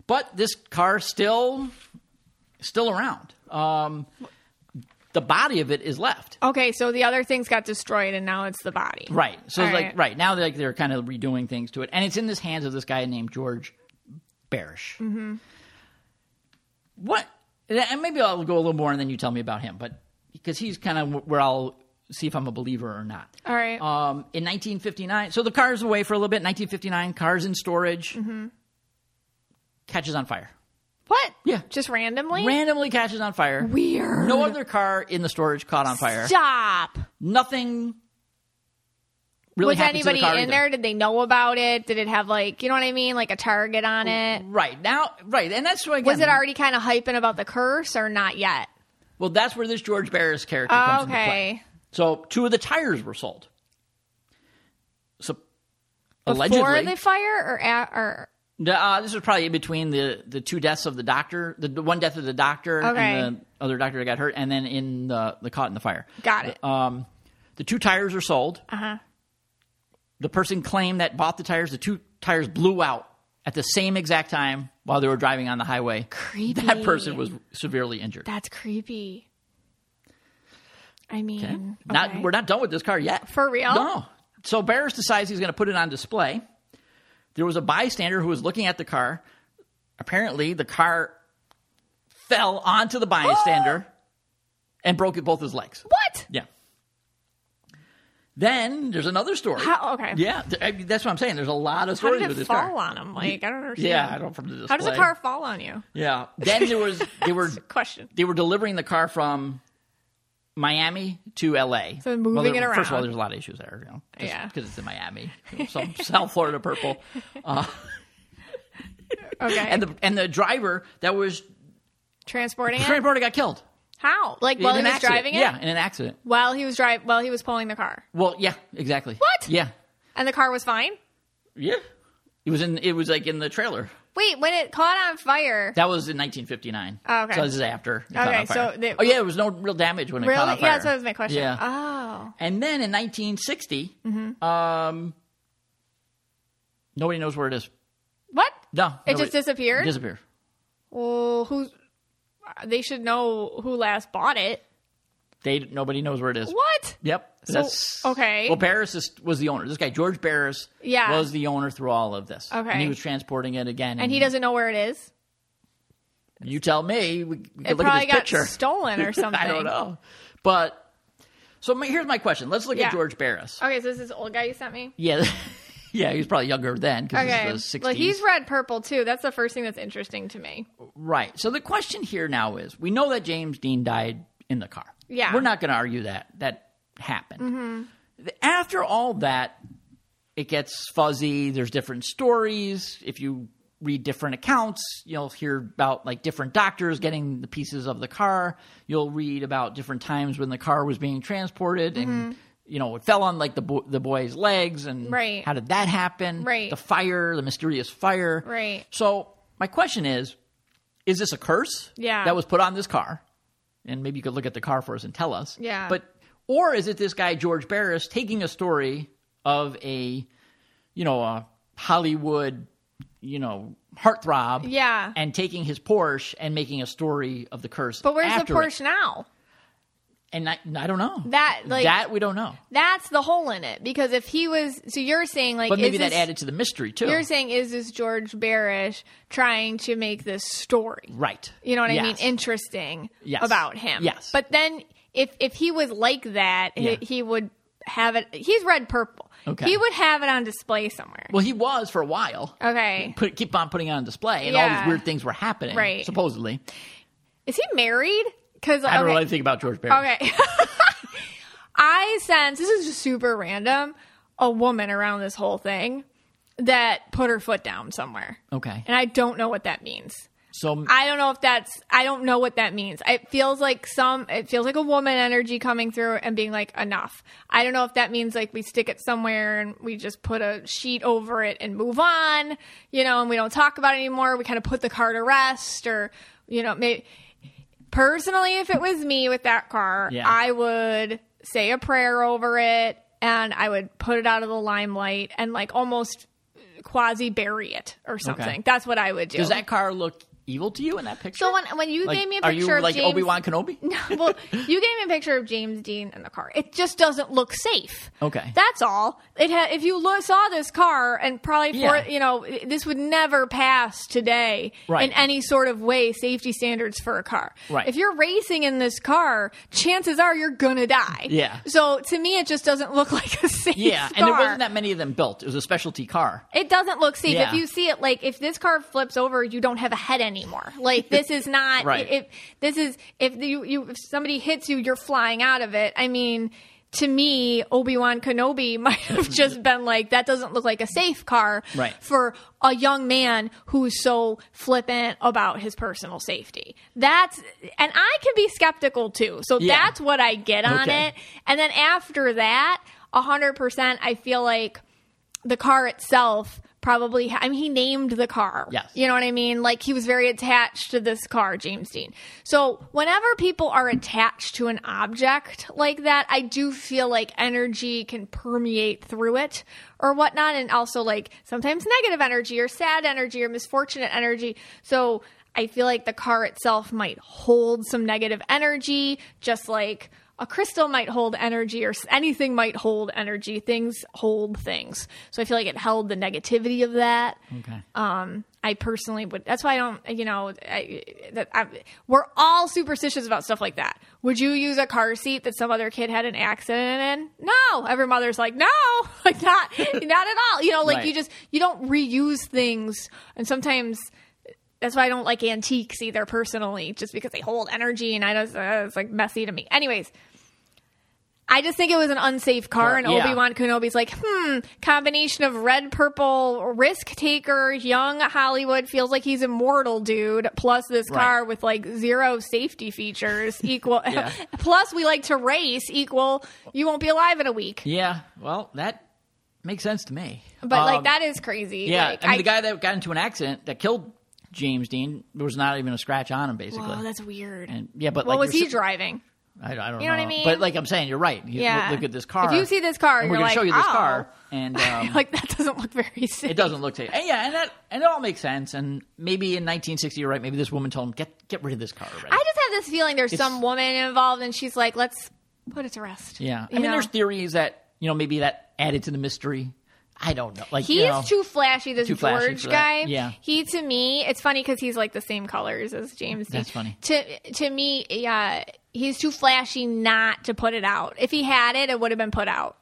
but this car still still around. Um, the body of it is left. okay. So the other things got destroyed, and now it's the body. Right. So All it's like right. right now, like they're kind of redoing things to it, and it's in this hands of this guy named George Barish. Mm-hmm. What? And maybe I'll go a little more, and then you tell me about him, but because he's kind of where I'll see if I'm a believer or not. All right. Um, in 1959, so the car's away for a little bit. 1959, car's in storage, Mm-hmm. catches on fire. what? Yeah. Just randomly. Randomly catches on fire. Weird. No other car in the storage caught on fire. Stop. Nothing really was happens to the anybody car in either. there? Did they know about it? Did it have like you know what I mean, like a target Oh, on it? Right now, right, and that's why again, Was it already kind of hyping about the curse or not yet? Well, that's where this George Barris character comes into play. Okay, So two of the tires were sold. So before allegedly, the fire or at, or No, uh, this was probably in between the, the two deaths of the doctor, the, the one death of the doctor Okay. and the other doctor that got hurt, and then in the, the caught in the fire. Got it. Uh-huh. Um, the two tires are sold. Uh huh. The person claimed that bought the tires. The two tires blew out at the same exact time while they were driving on the highway. creepy. That person was severely injured. That's creepy. I mean, Okay. Not okay. we're not done with this car yet. For real? No. So Barris decides he's going to put it on display. There was a bystander who was looking at the car. Apparently, the car fell onto the bystander and broke both his legs. what? Yeah. Then there's another story. How, okay. Yeah, th- I mean, that's what I'm saying. There's a lot of How stories did with it this fall car. on him? Like I don't understand. Yeah, I don't from the display. How does a car fall on you? Yeah. Then there was they were That's a question. they were delivering the car from Miami to LA. So moving Well, there- it First of all, around. there's a lot of issues there, you know, Yeah. because it's in Miami, you know, some South Florida purple, Okay, and the and the driver that was transporting it. transporter got killed How? Like while in he an was accident. driving it? Yeah, in an accident. While he was drive while he was pulling the car. Well, yeah, exactly. What? Yeah, And the car was fine? yeah. It was in. It was like in the trailer. Wait, when it caught on fire. That was in 1959. Oh, okay. So this is after. it caught Okay, on fire. so they- oh yeah, there was no real damage when it really? caught on Yeah, fire. that's what was my question. Mm-hmm. Yeah. Oh. And then in 1960, um, nobody knows where it is. What? No, It nobody- just disappeared? Disappeared. Well, who's they should know who last bought it. They nobody knows where it is. What? Yep. That's okay. Well, Barris is, was the owner. This guy George Barris, Yeah. was the owner through all of this. and Okay. he was transporting it again. And he doesn't know where it is. You tell me. We, we could It look at probably this got picture. stolen or something. I don't know, but so my, here's my question. Let's look Yeah. at George Barris. Okay, so this is old guy you sent me? Yeah, yeah, he was probably younger then because Okay. this is the 60s. Well, he's read purple too. That's the first thing that's interesting to me. Right. So the question here now is we know that James Dean died in the car. Yeah. Mm-hmm. We're not going to argue that that happened. After all that, it gets fuzzy. There's different stories. If you read different accounts, you'll hear about like different doctors getting the pieces of the car. You'll read about different times when the car was being transported and. Mm-hmm. You know, it fell on like the bo- the boy's legs, and Right. how did that happen? Right. the fire, the mysterious fire. Right. So my question is, is this a curse? Yeah. That was put on this car, and maybe you could look at the car for us and tell us. Yeah. But or is it this guy George Barris taking a story of a, you know, a Hollywood, you know, heartthrob? Yeah. And taking his Porsche and making a story of the curse. But where's after the it. Porsche now? And I, I don't know. That like that we don't know. that's the hole in it because if he was so you're saying like But maybe is that this- added to the mystery too. You're saying is this George Barish trying to make this story? right. You know what I mean? Yes. Interesting Yes. about him. Yes. But then if if he was like that, Yeah. he, he would have it. He's red purple. Okay. He would have it on display somewhere. well, he was for a while. okay. put keep on putting it on display, and all Yeah. these weird things were happening, Right. Supposedly, Is he married? Because I don't know anything about George Barry. Okay. I sense this is just super random. A woman around this whole thing that put her foot down somewhere, Okay, and I don't know what that means. so I don't know if that's I don't know what that means. It feels like some it feels like a woman energy coming through and being like enough. I don't know if that means like we stick it somewhere and we just put a sheet over it and move on, you know, and we don't talk about it anymore. We kind of put the car to rest or you know, maybe personally if it was me with that car, Yeah. I would say a prayer over it and I would put it out of the limelight and like almost quasi bury it or something. That's what I would do. does that car look evil to you in that picture? So when when you Like, gave me a are picture you of like James, Obi Wan Kenobi? well, you gave me a picture of James Dean in the car. It just doesn't look safe. Okay. that's all. It had. If you lo- saw this car, and probably for Yeah. you know, this would never pass today Right. in any sort of way. Safety standards for a car. Right. If you're racing in this car, chances are you're gonna die. Yeah. So to me, it just doesn't look like a safe. car. Yeah, and there wasn't that many of them built. It was a specialty car. It doesn't look safe. Yeah. If you see it, like if this car flips over, you don't have a head anymore. Like this is not. Right. If this is if you, you if somebody hits you, you're flying out of it. I mean, to me, Obi Wan Kenobi might have just been like, that doesn't look like a safe car Right. for a young man who's so flippant about his personal safety. That's, and I can be skeptical too. So Yeah. that's what I get on Okay. it. And then after that, 100%, I feel like the car itself probably ha- I mean he named the car. Yes. You know what I mean? Like he was very attached to this car, James Dean. So, whenever people are attached to an object like that, I do feel like energy can permeate through it or whatnot and also like sometimes negative energy or sad energy or misfortunate energy. So, I feel like the car itself might hold some negative energy just like a crystal might hold energy or s- anything might hold energy things hold things so i feel like it held the negativity of that Okay. um i personally would that's why i don't you know I, that I, we're all superstitious about stuff like that would you use a car seat that some other kid had an accident in no every mother's like no like not not at all you know like Right. you just you don't reuse things and sometimes that's why I don't like antiques either personally, just because they hold energy and I just uh, it's like messy to me. Anyways, I just think it was an unsafe car, Sure, and yeah. Obi Wan Kenobi's like, hmm, combination of red, purple, risk taker, young Hollywood feels like he's immortal, dude. Plus this Right. car with like zero safety features equal. Yeah. plus we like to race equal. You won't be alive in a week, Yeah. Well, that makes sense to me. but Um, like that is crazy. Yeah. like, I mean, the guy that got into an accident that killed James Dean there was not even a scratch on him, basically. Whoa, that's weird. and yeah, but what like was you're he sa- driving? I, I don't You know what I mean? But like I'm saying, you're right. You Yeah. Look at this car. If you see this car, and you're we're gonna like, show you this oh. car, and um, like that doesn't look very safe. it doesn't look safe. And yeah, and that and it all makes sense. And maybe in 1960, you're right. Maybe this woman told him get get rid of this car already. I just have this feeling there's some woman involved, and she's like, "Let's put it to rest." yeah, I You mean, know? there's theories that you know maybe that added to the mystery. I don't know. Like He you is know, too flashy. This Too George flashy for that. guy. Yeah. He to me, it's funny because he's like the same colors as James. Dean. That's funny. To to me, yeah, he's too flashy not to put it out. If he had it, it would have been put out.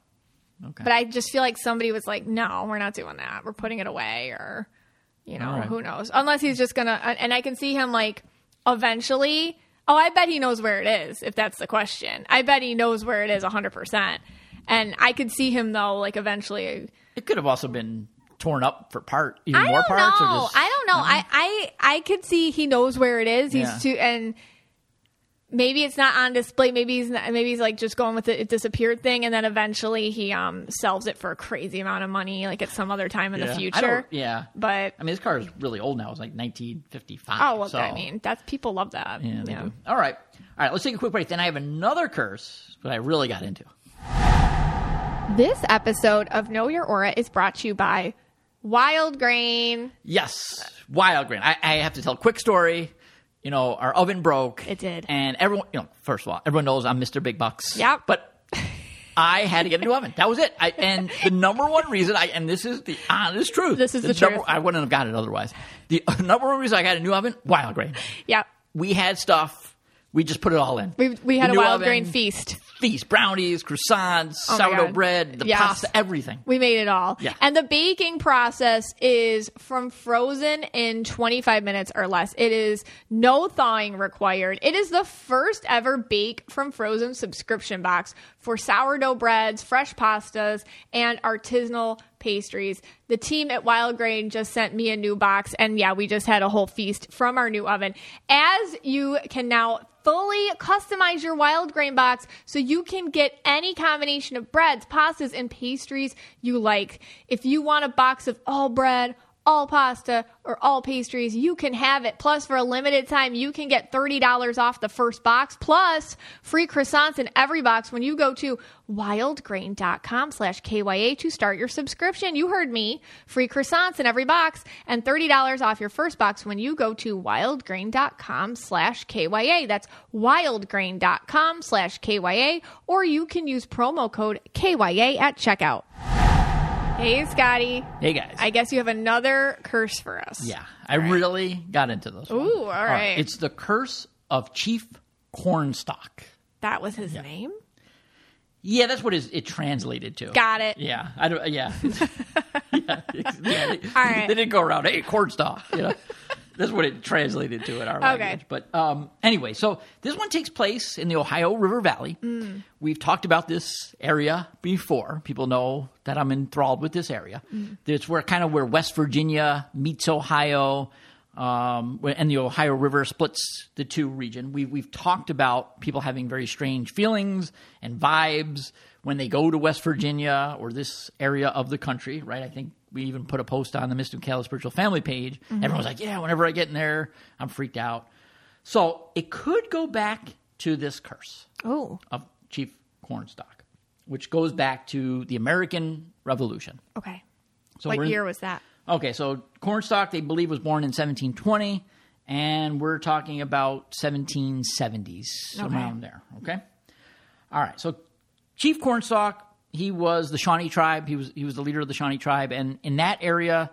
Okay. But I just feel like somebody was like, "No, we're not doing that. We're putting it away," or you know, All right. who knows? Unless he's just gonna. uh, And I can see him like eventually. Oh, I bet he knows where it is. If that's the question, I bet he knows where it is hundred percent. And I could see him though, like eventually. it could have also been torn up for part even more I don't parts. know. Or just, I don't know. I, I I could see he knows where it is. He's Yeah. too and maybe it's not on display. Maybe he's not, maybe he's like just going with the it disappeared thing, and then eventually he um sells it for a crazy amount of money, like at some other time in Yeah. the I future. don't- e- yeah. But I mean, this car is really old now. It's like 1955. oh well, so- I mean that's people love that. Yeah, they do. All right. All right. Let's take a quick break. Then I have another curse that I really got into. This episode of Know Your Aura is brought to you by Wild Grain. Yes, wild grain. I, I have to tell a quick story. You know, our oven broke. It did. And everyone, you know, first of all, everyone knows I'm Mr. Big Bucks. Yep. But I had to get a new oven. That was it. I, and the number one reason I, and this is the honest truth. This is the number- truth. I wouldn't have got it otherwise. The number one reason I got a new oven, wild grain. Yep. We had stuff. We just put it all in. We, we had The a new wild oven, grain feast. Feast, brownies, croissants, Oh my sourdough God. bread, the Yes. pasta, everything. We made it all. Yeah. And the baking process is from frozen in 25 minutes or less. It is no thawing required. It is the first ever bake from frozen subscription box for sourdough breads, fresh pastas, and artisanal pastries. The team at Wild Grain just sent me a new box and yeah, we just had a whole feast from our new oven. As you can now fully customize your wild grain box so you can get any combination of breads, pastas, and pastries you like. If you want a box of all bread, all pasta, or all pastries, you can have it. Plus, for a limited time, you can get $30 off the first box, plus free croissants in every box when you go to wildgrain.com slash KYA to start your subscription. You heard me. Free croissants in every box and $30 off your first box when you go to wildgrain.com slash KYA. That's wildgrain.com slash KYA, or you can use promo code KYA at checkout. Hey, Scotty. Hey, guys. I guess you have another curse for us. Yeah, I really got into those. Ooh, all right. It's the curse of Chief Cornstalk. That was his name? Yeah, that's what is it translated to. Got it. Yeah, I don't. Yeah, yeah. yeah. They, All right. They didn't go around. Hey, Cornstalk. You know? That's what it translated to in our language. But um, anyway, so this one takes place in the Ohio River Valley. We've talked about this area before. People know that I'm enthralled with this area. It's where kind of where West Virginia meets Ohio, um, where- and the Ohio River splits the two region. We, we've talked about people having very strange feelings and vibes when they go to West Virginia or this area of the country, right? I think we even put a post on the Mr. Calla Spiritual Family page. Everyone was like, yeah, whenever I get in there, I'm freaked out. So it could go back to this curse Oh, of Chief Cornstalk, which goes back to the American Revolution. okay. So what we're in- year was that? Okay, so Cornstalk, they believe, was born in 1720, and we're talking about 1770s, Okay. around there. Okay, all right. So Chief Cornstalk, he was the Shawnee tribe. He was he was the leader of the Shawnee tribe, and in that area,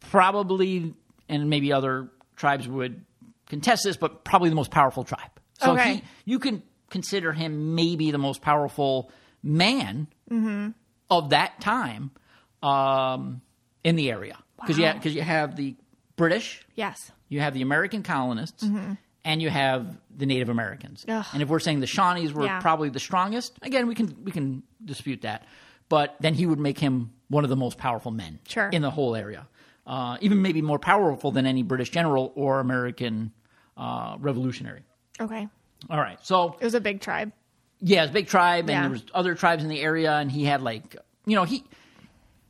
probably and maybe other tribes would contest this, but probably the most powerful tribe. So Okay. he, you can consider him maybe the most powerful man Mm-hmm. of that time um, in the area because Wow. you because you have the British, Yes. you have the American colonists, and you have the Native Americans. Mm-hmm. Ugh. And if we're saying the Shawnees were Yeah. probably the strongest, again we can we can dispute that, but then he would make him one of the most powerful men Sure. in the whole area, uh, even maybe more powerful than any British general or American uh, revolutionary. Okay. All right, so It was a big tribe. yeah, it was a big tribe, and Yeah. there was other tribes in the area, and he had like you know he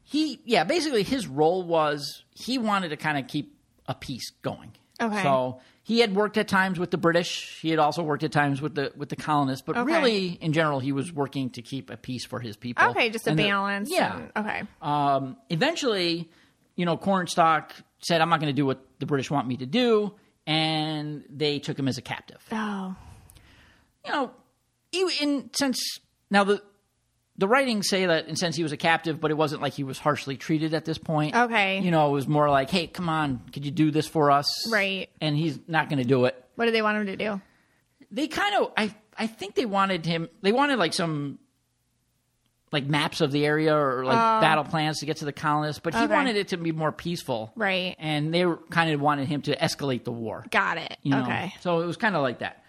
he yeah basically his role was he wanted to kind of keep a peace going. Okay. So he had worked at times with the British. He had also worked at times with the with the colonists, but Okay. really in general he was working to keep a peace for his people. Okay, just a And the- balance. Yeah. and- okay. Um, eventually, you know, Cornstalk said, "I'm not going to do what the British want me to do," and they took him as a captive Oh. you know, he, in since now the the writings say that in sense he was a captive, but it wasn't like he was harshly treated at this point. Okay. you know, it was more like, hey, come on, could you do this for us? Right. And he's not going to do it. What did they want him to do? They kind of, I I think they wanted him. They wanted like some like maps of the area or like battle plans to get to the colonists, but he Oh. Okay. wanted it to be more peaceful. Right. And they kind of wanted him to escalate the war. Got it. you know? okay. So it was kind of like that.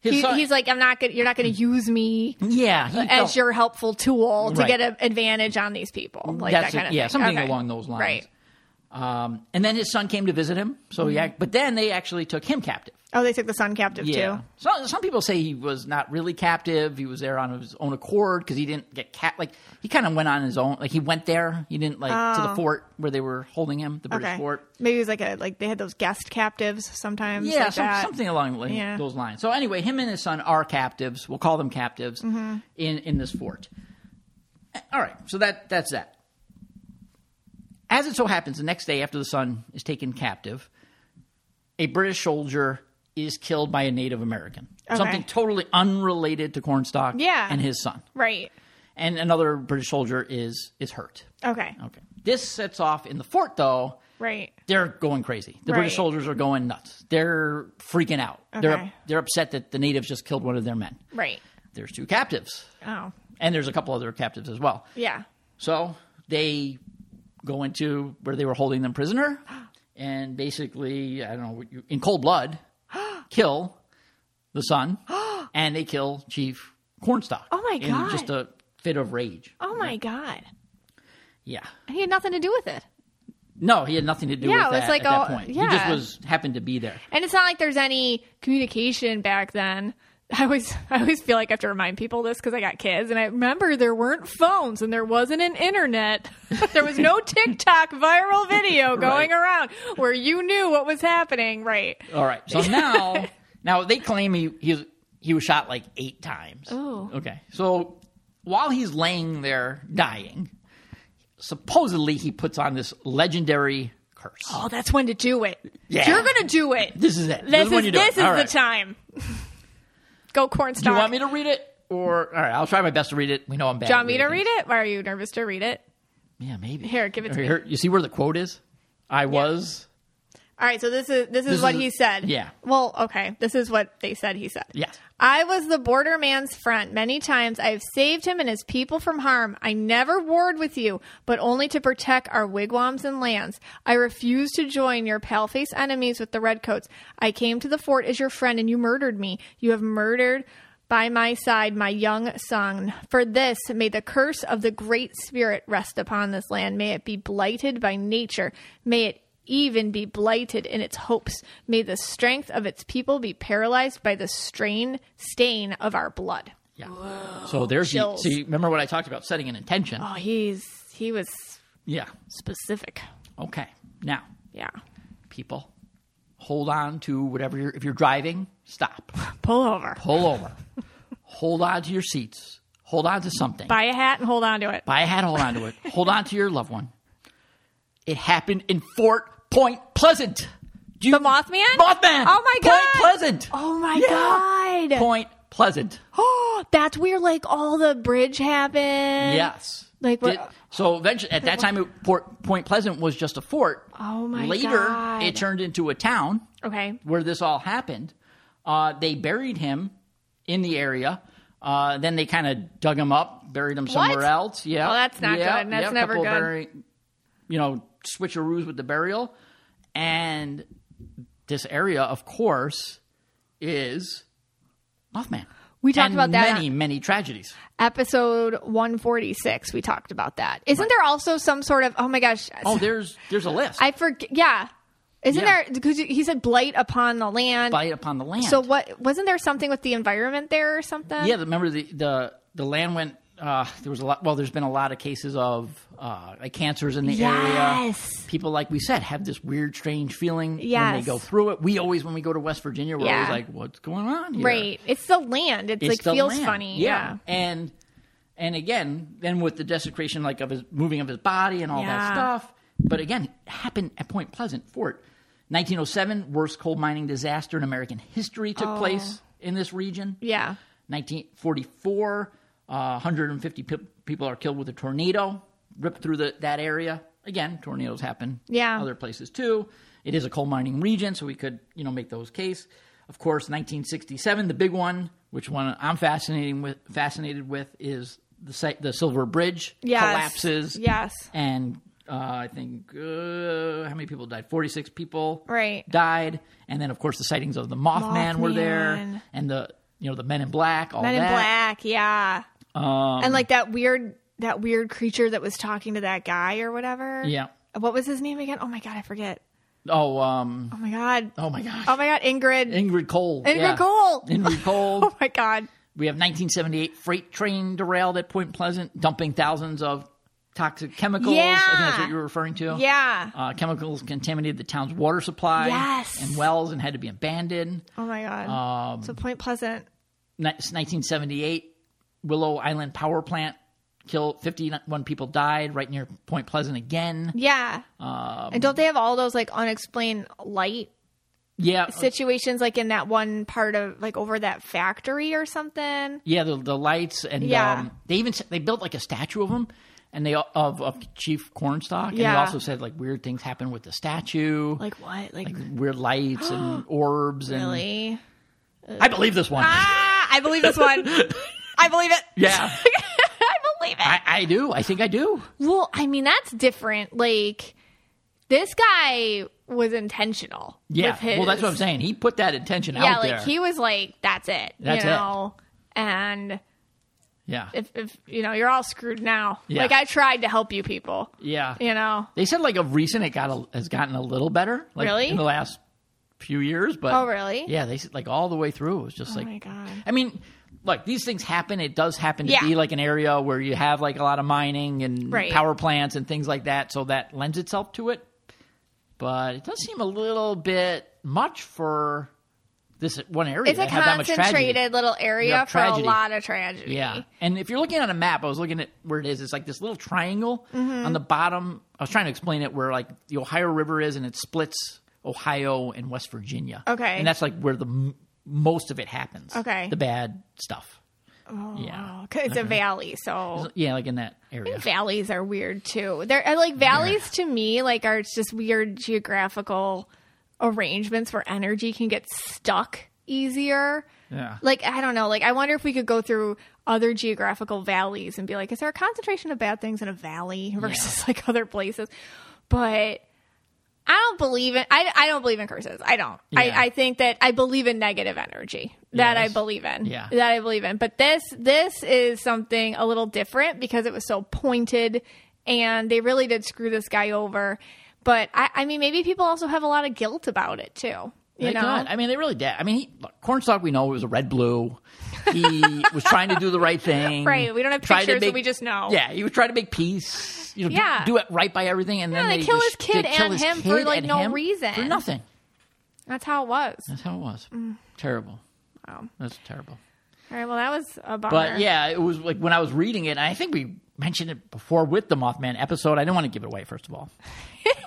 His He, son- he's like, I'm not gonna. You're not gonna use me yeah, he as felt- your helpful tool to Mm, Right. get an advantage on these people. Like That's that kind it. of yeah, thing. something Okay. along those lines. Right. Um, and then his son came to visit him. So he, act- but then they actually took him captive. Oh, they took the son captive Yeah. too. So some people say he was not really captive. He was there on his own accord because he didn't get cat. Like he kind of went on his own. Like he went there. He didn't like to the fort where they were holding him, the British Okay. fort. Maybe it was like a like they had those guest captives sometimes. Yeah, like some, that. something along li- Yeah. those lines. So anyway, him and his son are captives. We'll call them captives Mm-hmm. in in this fort. All right, so that that's that. As it so happens, the next day after the son is taken captive, a British soldier is killed by a Native American. Okay. Something totally unrelated to Cornstalk Yeah. and his son. Right. And another British soldier is is hurt. Okay. Okay. This sets off in the fort though Right. they're going crazy. The Right. British soldiers are going nuts. They're freaking out. Okay. They're they're upset that the natives just killed one of their men. Right. There's two captives, Oh. and there's a couple other captives as well. Yeah. So they go into where they were holding them prisoner, and basically, I don't know, what you- in cold blood, kill the son, and they kill Chief Cornstalk. Oh my In God. just a fit of rage. Oh my god. Yeah. He had nothing to do with it. No, he had nothing to do Yeah, with it was that like at that all- point. He just yeah. was happened to be there. And it's not like there's any communication back then. I always, I always feel like I have to remind people this because I got kids, and I remember there weren't phones and there wasn't an internet. there was no TikTok viral video going around where you knew what was happening. Right? All right. So now, now they claim he he was, he was shot like eight times. Oh. Okay. So while he's laying there dying, supposedly he puts on this legendary curse. Oh, that's when to do it. Yeah. You're gonna do it. This is it. This, This, is when is you do this it. is All the right. time. Go Do cornstalk. you want me to read it? Or all right, I'll try my best to read it. We know I'm bad. Do you want me to read it? Why are you nervous to read it? Yeah, maybe. Here, give it to Here, You see where the quote is? I was. All right, so this is this is This what is- he said. yeah. Well, okay. This is what they said he said. Yes. I was the border man's friend. Many times I have saved him and his people from harm. I never warred with you, but only to protect our wigwams and lands. I refuse to join your paleface enemies with the redcoats. I came to the fort as your friend and you murdered me. You have murdered by my side my young son. For this may the curse of the great spirit rest upon this land. May it be blighted by nature. May it even be blighted in its hopes. May the strength of its people be paralyzed by the strain stain of our blood. Yeah. so there's the, Oh, Chills. so you remember what I talked about setting an intention. Oh, he's he was Yeah. specific. Okay. Now, Yeah. people, hold on to whatever you're if you're driving, stop. Pull over. Pull over. hold on to your seats. Hold on to something. Buy a hat and hold on to it. Buy a hat, hold on to it. hold on to your loved one. It happened in Fort Point Pleasant. Do you The Mothman? Mothman. Oh my Point God. Pleasant. Oh my Yeah. god. Point Pleasant. Oh, that's where like all the bridge happened. Yes. Like what- Did- so eventually, at that time, it, Port, Point Pleasant was just a fort. Oh my Later, God. it turned into a town Okay. where this all happened. Uh, they buried him in the area. Uh, then they kind of dug him up, buried him somewhere What? else. Yeah. Well, that's not Yeah, good. That's yeah, never couple good. bury- you know, switcheroos with the burial, and this area, of course, is Mothman. We talked And about that Many, many tragedies. Episode 146 we talked about that. Isn't there also some sort of oh my gosh. Oh, there's there's a list. I forget yeah. Isn't Yeah. there because he said blight upon the land. bite upon the land. So what wasn't there something with the environment there or something? Yeah, remember the the the land went. Uh, there was a lot. Well, there's been a lot of cases of uh, like cancers in the Yes. area. People, like we said, have this weird, strange feeling when Yes. they go through it. We always, when we go to West Virginia, we're always Yeah. like, "What's going on?" Here? Right. It's the land. It's, It's like the feels land. funny. and and again, then with the desecration, like of his moving of his body and all that Yeah. stuff. But again, it happened at Point Pleasant Fort, 1907, worst coal mining disaster in American history took Oh. place in this region. Yeah. 1944, uh, 150 pe- people are killed with a tornado ripped through the, that area. Again, tornadoes happen Yeah. other places too. It is a coal mining region, so we could you know make those case. Of course, 1967, the big one, which one I'm fascinating with, fascinated with, is the si- the Silver Bridge Yes. collapses. Yes. and uh, I think uh, how many people died? 46 people Right. died, and then of course the sightings of the Mothman, were Mothman. there, and the you know the Men in Black, all Men in that. Um, black, yeah. and like that weird that weird creature that was talking to that guy or whatever. Yeah. What was his name again? Oh my god, I forget. Oh, um, Oh my god. oh my gosh, Oh my god, Ingrid. Ingrid Cole. Ingrid yeah. Cole. Ingrid Cole. Oh my god. We have 1978 freight train derailed at Point Pleasant, dumping thousands of toxic chemicals. I think that's Yeah. what you were referring to. Yeah. Uh, chemicals contaminated the town's water supply Yes. and wells and had to be abandoned. Oh my Um, god. so Point Pleasant. Ni- 1978, Willow Island power plant killed 51 people died right near Point Pleasant again. Yeah. um, and don't they have all those like unexplained light Yeah. situations like in that one part of like over that factory or something? Yeah, the, the lights and Yeah. um, they even s- they built like a statue of him, and they al- of, of Chief Cornstalk, and they Yeah. also said like weird things happen with the statue, Like what? Like, weird lights and orbs, and really? I believe this one. Ah, I believe this one. I believe it. Yeah, I believe it. I, I do. I think I do. Well, I mean that's different. Like this guy was intentional. Yeah. with his- Well, that's what I'm saying. He put that intention Yeah, out like there. he was like, that's it. That's it. you know? And yeah, if, if you know, you're all screwed now. Yeah. Like I tried to help you people. yeah. You know. They said like of recent it got a, has gotten a little better, like Really? in the last few years. But Oh, really? Yeah, they said like all the way through it was just Oh like my god. I mean, look, these things happen. It does happen to Yeah. be like an area where you have like a lot of mining and Right. power plants and things like that, so that lends itself to it. But it does seem a little bit much for this one area. It's to a have that much tragedy. concentrated little area have for a tragedy. lot of tragedy. Yeah. And if you're looking at a map, I was looking at where it is. It's like this little triangle Mm-hmm. on the bottom. I was trying to explain it where like the Ohio River is and it splits Ohio and West Virginia. Okay. And that's like where the m- most of it happens. Okay. The bad stuff. Yeah. Oh, 'cause it's a valley, so Uh-huh. Yeah, like in that area. valleys are uh, weird too. They're I like valleys to me like are just weird geographical arrangements where energy can get stuck easier. Yeah. Like I don't know. Like I wonder if we could go through other geographical valleys and be like, is there a concentration of bad things in a valley versus like other places? But I don't believe in. I, I don't believe in curses. I don't. Yeah. I, I think that I believe in negative energy that Yes. I believe in. Yeah. That I believe in. But this this is something a little different because it was so pointed, and they really did screw this guy over. But I, I mean, maybe people also have a lot of guilt about it too. You They know. could. I mean, they really did. I mean, he, look, Cornstalk, we know, was a red blue. He was trying to do the right thing. Right, we don't have Tried to pictures, so we just know. Yeah, he was trying to make peace. You know, do- Yeah. do, it right by everything, and then they they kill his just- kid they kill and his him for, kid like, and no him reason. for nothing. That's how it was. That's how it was. Mm. Terrible. Wow, that's terrible. All right. Well, that was a bummer. But yeah, it was like when I was reading it, and I think we mentioned it before with the Mothman episode. I didn't want to give it away, first of all.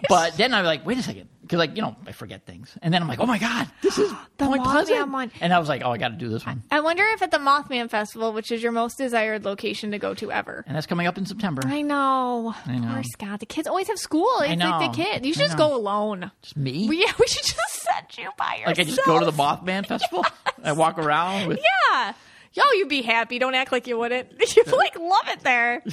but then I'm like, wait a second, because like you know, I forget things, and then I'm like, oh my god, this is The Point Mothman Pleasant. one. and I was like, oh, I got to do this one, I wonder if at the Mothman Festival, which is your most desired location to go to ever. and that's coming up in September. I know. I know. Poor Scott. The kids always have school. It's like know. the kid. You should I just know. go alone. It's me. We, yeah, we should just set you by yourself. like I just go to the Mothman festival. I walk around with. Yeah. Yo, you'd be happy. Don't act like you wouldn't. You like love it there.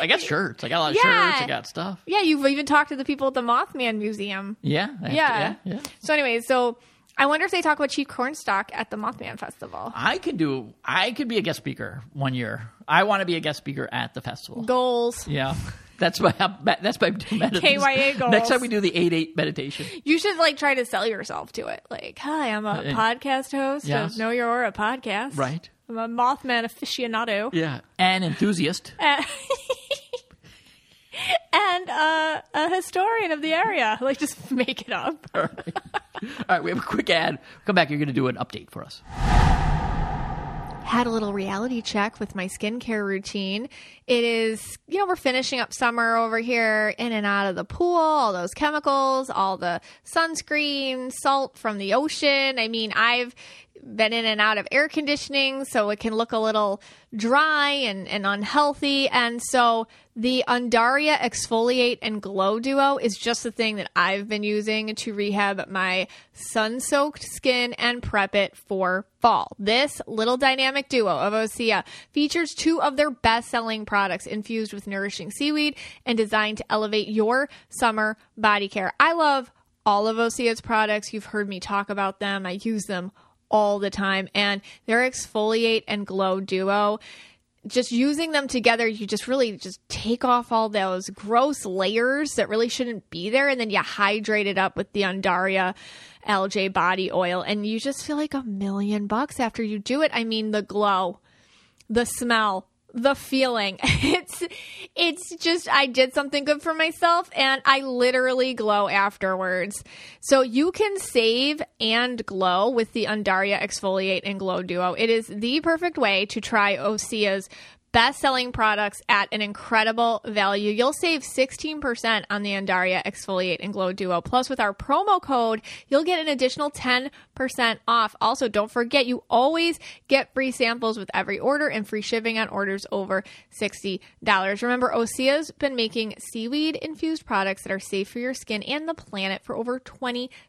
I got shirts. I got a lot of Yeah. shirts. I got stuff. Yeah, you've even talked to the people at the Mothman Museum. Yeah. I have to- Yeah. yeah. Yeah. So, anyways, so I wonder if they talk about Chief Cornstalk at the Mothman Festival. I could do. I could be a guest speaker one year. I want to be a guest speaker at the festival. Goals. Yeah. That's my that's my meditation. KYA goals. Next time we do the eight eight meditation. You should like try to sell yourself to it. Like, hi, I'm a Uh, podcast host yes. of Know Your Aura podcast. Right. I'm a Mothman aficionado Yeah. And enthusiast. and uh, a historian of the area. Like, just make it up. All right. All right. We have a quick ad. Come back. You're going to do an update for us. had a little reality check with my skincare routine. It is, you know, we're finishing up summer over here, in and out of the pool, all those chemicals, all the sunscreen, salt from the ocean. I mean, I've been in and out of air conditioning, so it can look a little dry and, and unhealthy. And so the Undaria Exfoliate and Glow Duo is just the thing that I've been using to rehab my sun soaked skin and prep it for fall. This little dynamic duo of Osea features two of their best selling products infused with nourishing seaweed and designed to elevate your summer body care. I love all of Osea's products. You've heard me talk about them, I use them all the time. And their exfoliate and glow duo just using them together, you just really just take off all those gross layers that really shouldn't be there, and then you hydrate it up with the Undaria LJ body oil, and you just feel like a million bucks after you do it. I mean, the glow, the smell, the feeling. It's it's just I did something good for myself, and I literally glow afterwards. So you can save and glow with the Undaria Exfoliate and Glow Duo. It is the perfect way to try Osea's best-selling products at an incredible value. You'll save 16% on the Andaria Exfoliate and Glow Duo. Plus with our promo code, you'll get an additional 10% off. Also, don't forget you always get free samples with every order and free shipping on orders over $60. Remember, Osea's been making seaweed infused products that are safe for your skin and the planet for over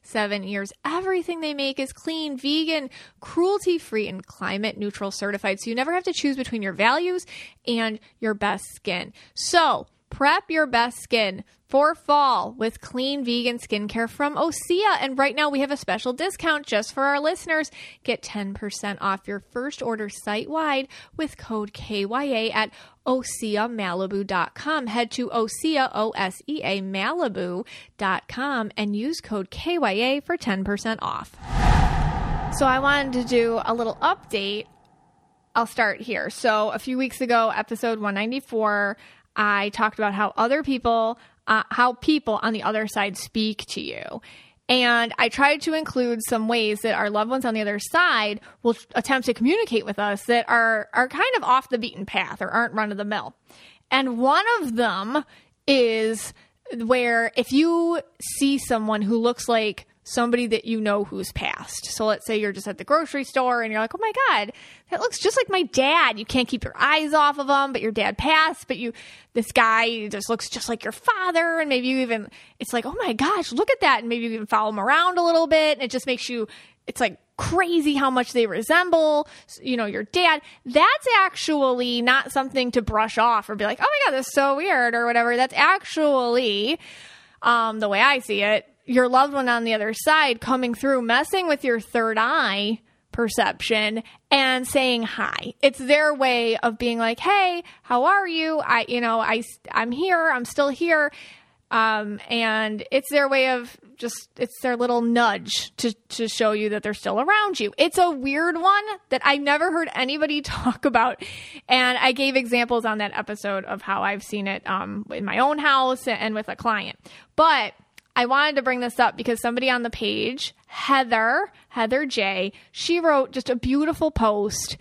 27 years. Everything they make is clean, vegan, cruelty free, and climate neutral certified. So you never have to choose between your values and your best skin. So prep your best skin for fall with clean vegan skincare from Osea. And right now we have a special discount just for our listeners. Get 10% off your first order site wide with code KYA at OseaMalibu.com. Head to Osea, O S E A Malibu.com and use code KYA for 10% off. So I wanted to do a little update I'll start here. So, a few weeks ago, episode 194, I talked about how other people, uh, how people on the other side speak to you. And I tried to include some ways that our loved ones on the other side will attempt to communicate with us that are, are kind of off the beaten path or aren't run of the mill. And one of them is where if you see someone who looks like somebody that you know who's passed. So let's say you're just at the grocery store and you're like, oh my God, that looks just like my dad. You can't keep your eyes off of him, but your dad passed, but you, this guy just looks just like your father. And maybe you even, it's like, oh my gosh, look at that. And maybe you even follow him around a little bit. And it just makes you, it's like, crazy how much they resemble you know your dad that's actually not something to brush off or be like oh my god this is so weird or whatever that's actually um, the way i see it your loved one on the other side coming through messing with your third eye perception and saying hi it's their way of being like hey how are you i you know i i'm here i'm still here um, and it's their way of just it's their little nudge to to show you that they're still around you. It's a weird one that I never heard anybody talk about, and I gave examples on that episode of how I've seen it um, in my own house and with a client. But I wanted to bring this up because somebody on the page, Heather Heather J, she wrote just a beautiful post.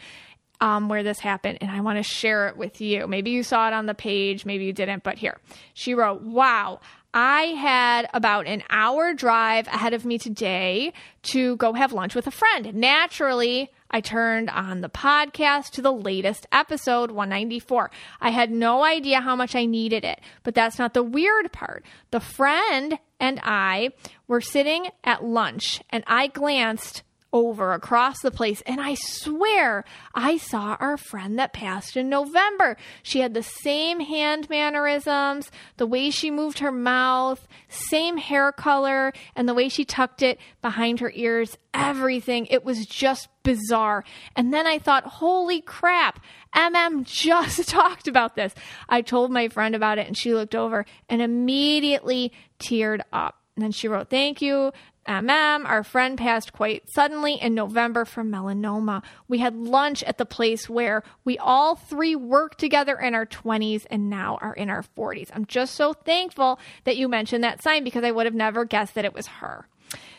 Um, where this happened, and I want to share it with you. Maybe you saw it on the page, maybe you didn't, but here. She wrote, Wow, I had about an hour drive ahead of me today to go have lunch with a friend. Naturally, I turned on the podcast to the latest episode 194. I had no idea how much I needed it, but that's not the weird part. The friend and I were sitting at lunch, and I glanced over across the place, and I swear I saw our friend that passed in November. She had the same hand mannerisms, the way she moved her mouth, same hair color, and the way she tucked it behind her ears, everything. It was just bizarre. And then I thought, holy crap, MM just talked about this. I told my friend about it, and she looked over and immediately teared up. And then she wrote, Thank you, MM. Our friend passed quite suddenly in November from melanoma. We had lunch at the place where we all three worked together in our 20s and now are in our 40s. I'm just so thankful that you mentioned that sign because I would have never guessed that it was her.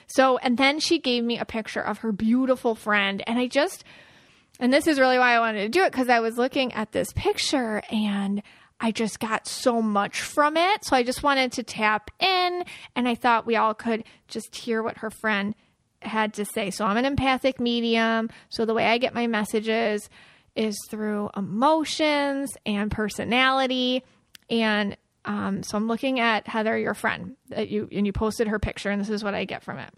So, and then she gave me a picture of her beautiful friend. And I just, and this is really why I wanted to do it because I was looking at this picture and I just got so much from it. So I just wanted to tap in and I thought we all could just hear what her friend had to say. So I'm an empathic medium. So the way I get my messages is through emotions and personality. And um, so I'm looking at Heather, your friend, that you and you posted her picture, and this is what I get from it.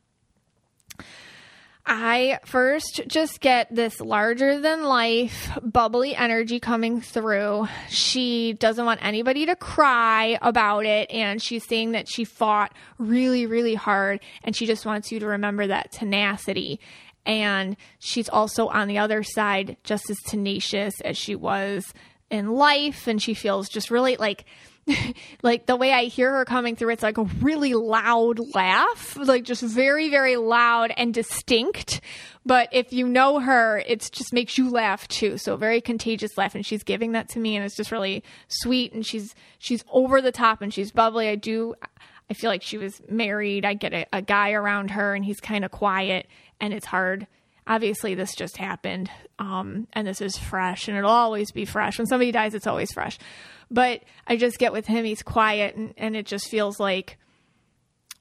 I first just get this larger than life bubbly energy coming through. She doesn't want anybody to cry about it. And she's saying that she fought really, really hard. And she just wants you to remember that tenacity. And she's also on the other side just as tenacious as she was in life. And she feels just really like, like the way I hear her coming through, it's like a really loud laugh, like just very, very loud and distinct. But if you know her, it just makes you laugh too. So very contagious laugh, and she's giving that to me, and it's just really sweet. And she's she's over the top and she's bubbly. I do, I feel like she was married. I get a, a guy around her, and he's kind of quiet, and it's hard obviously this just happened um, and this is fresh and it'll always be fresh when somebody dies it's always fresh but i just get with him he's quiet and, and it just feels like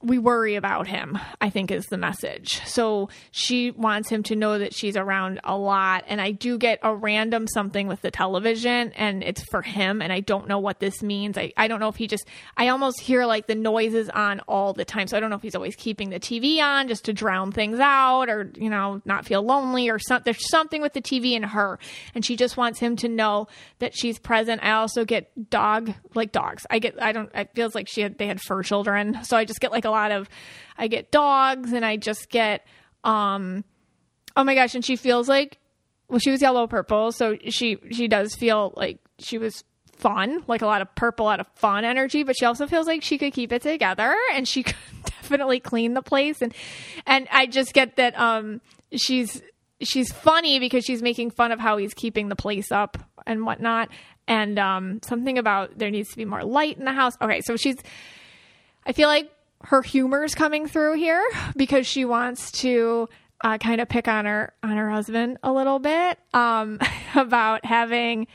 we worry about him i think is the message so she wants him to know that she's around a lot and i do get a random something with the television and it's for him and i don't know what this means i, I don't know if he just i almost hear like the noises on all the time so i don't know if he's always keeping the tv on just to drown things out or you know not feel lonely or something there's something with the tv in her and she just wants him to know that she's present i also get dog like dogs i get i don't it feels like she had they had fur children so i just get like a lot of I get dogs and I just get um oh my gosh and she feels like well she was yellow purple so she she does feel like she was fun like a lot of purple out of fun energy but she also feels like she could keep it together and she could definitely clean the place and and I just get that um she's she's funny because she's making fun of how he's keeping the place up and whatnot and um something about there needs to be more light in the house okay so she's I feel like her humor's coming through here because she wants to uh, kind of pick on her on her husband a little bit um, about having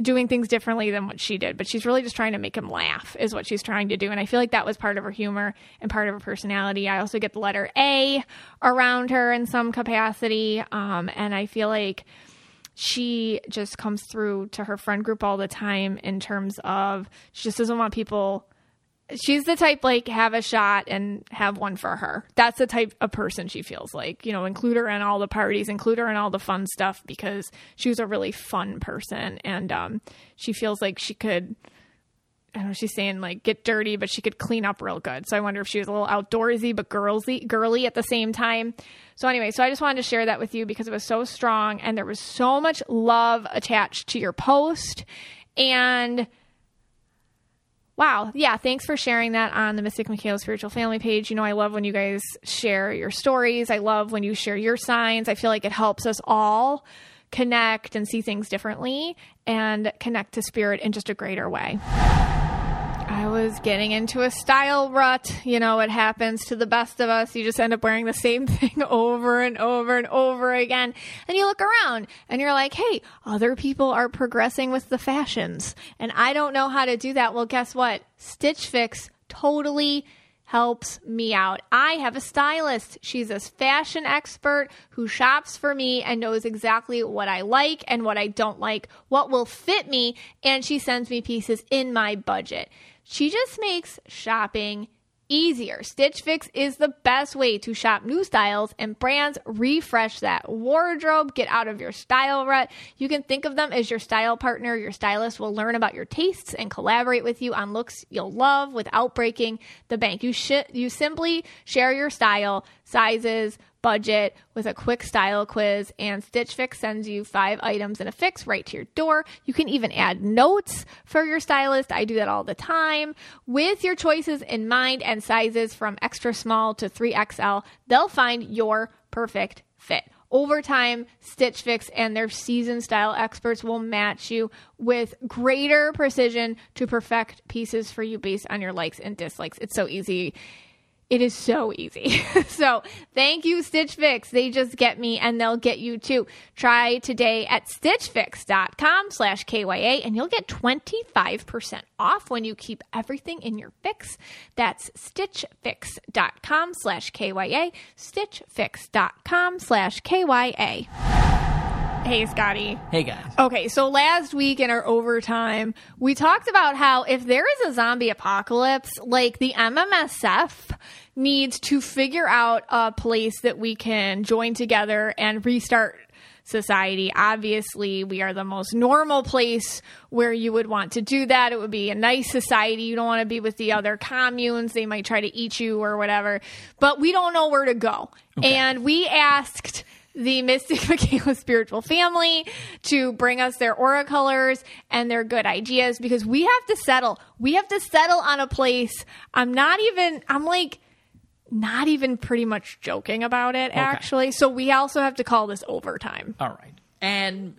doing things differently than what she did, but she's really just trying to make him laugh, is what she's trying to do. And I feel like that was part of her humor and part of her personality. I also get the letter A around her in some capacity. Um, and I feel like she just comes through to her friend group all the time in terms of she just doesn't want people. She's the type like have a shot and have one for her. That's the type of person she feels like. You know, include her in all the parties, include her in all the fun stuff because she was a really fun person and um she feels like she could I don't know, she's saying like get dirty, but she could clean up real good. So I wonder if she was a little outdoorsy but girlsy girly at the same time. So anyway, so I just wanted to share that with you because it was so strong and there was so much love attached to your post. And wow, yeah, thanks for sharing that on the Mystic Michaela Spiritual Family page. You know, I love when you guys share your stories. I love when you share your signs. I feel like it helps us all connect and see things differently and connect to spirit in just a greater way. I was getting into a style rut. You know, it happens to the best of us. You just end up wearing the same thing over and over and over again. And you look around and you're like, hey, other people are progressing with the fashions. And I don't know how to do that. Well, guess what? Stitch Fix totally helps me out. I have a stylist. She's a fashion expert who shops for me and knows exactly what I like and what I don't like, what will fit me, and she sends me pieces in my budget. She just makes shopping easier. Stitch Fix is the best way to shop new styles and brands. Refresh that wardrobe, get out of your style rut. You can think of them as your style partner. Your stylist will learn about your tastes and collaborate with you on looks you'll love without breaking the bank. You sh- you simply share your style, sizes, budget with a quick style quiz and Stitch Fix sends you 5 items in a fix right to your door. You can even add notes for your stylist. I do that all the time. With your choices in mind and sizes from extra small to 3XL, they'll find your perfect fit. Over time, Stitch Fix and their seasoned style experts will match you with greater precision to perfect pieces for you based on your likes and dislikes. It's so easy. It is so easy. so thank you, Stitch Fix. They just get me and they'll get you too. Try today at stitchfix.com slash KYA and you'll get 25% off when you keep everything in your fix. That's stitchfix.com slash KYA, stitchfix.com slash KYA. Hey, Scotty. Hey guys. Okay, so last week in our overtime, we talked about how if there is a zombie apocalypse, like the MMSF needs to figure out a place that we can join together and restart society. Obviously, we are the most normal place where you would want to do that. It would be a nice society. You don't want to be with the other communes. They might try to eat you or whatever. But we don't know where to go. And we asked the Mystic Michaela spiritual family to bring us their aura colors and their good ideas because we have to settle. We have to settle on a place. I'm not even, I'm like, not even pretty much joking about it, actually. So we also have to call this overtime. All right. And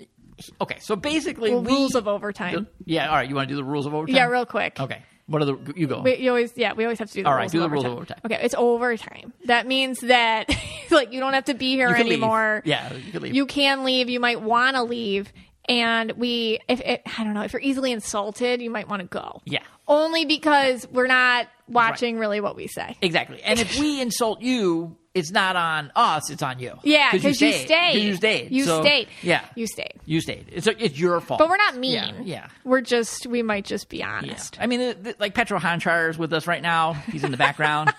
okay, so basically Well, we, rules of overtime. Yeah, all right, you want to do the rules of overtime? Yeah, real quick. Okay. What are the you go. Wait, you always, yeah, we always have to do the All right, rules do of the rules overtime. of Okay, it's overtime. That means that like you don't have to be here you can anymore. Leave. Yeah, you can leave. you can leave you might want to leave and we if it, i don't know if you're easily insulted you might want to go Yeah. only because we're not watching really what we say Exactly. And if we insult you, it's not on us, it's on you. yeah because you, stayed. 'Cause stayed You stayed. you So, stayed Yeah. you stayed You stayed. It's it's your fault. but we're not mean Yeah. yeah. we're just we might just be Yeah. Uh, honest I mean, it, it- like Petro Honchar is with us right now. He's in the background.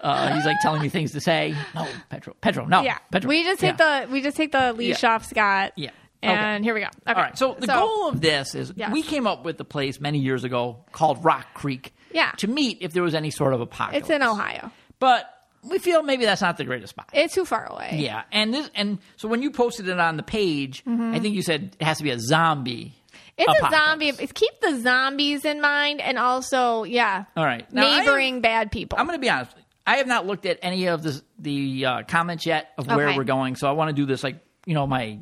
uh, he's like telling me things to say. No, Petro. Petro, no. yeah, Petro. we just take Yeah. the we just take the leash Yeah. off scott Yeah. Okay. and here we go okay. All right. So the goal of this is Yes. we came up with a place many years ago called Rock Creek Yeah. to meet if there was any sort of apocalypse. it's in ohio But we feel maybe that's not the greatest spot. it's too far away yeah. And this and so when you posted it on the page, Mm-hmm. I think you said it has to be a zombie. It's apocalypse. a zombie. It's keep the zombies in mind, and also, yeah, All right. Now, I am- neighboring bad people. I'm going to be honest. I have not looked at any of the the uh, comments yet of where Okay. we're going, so I want to do this like you know my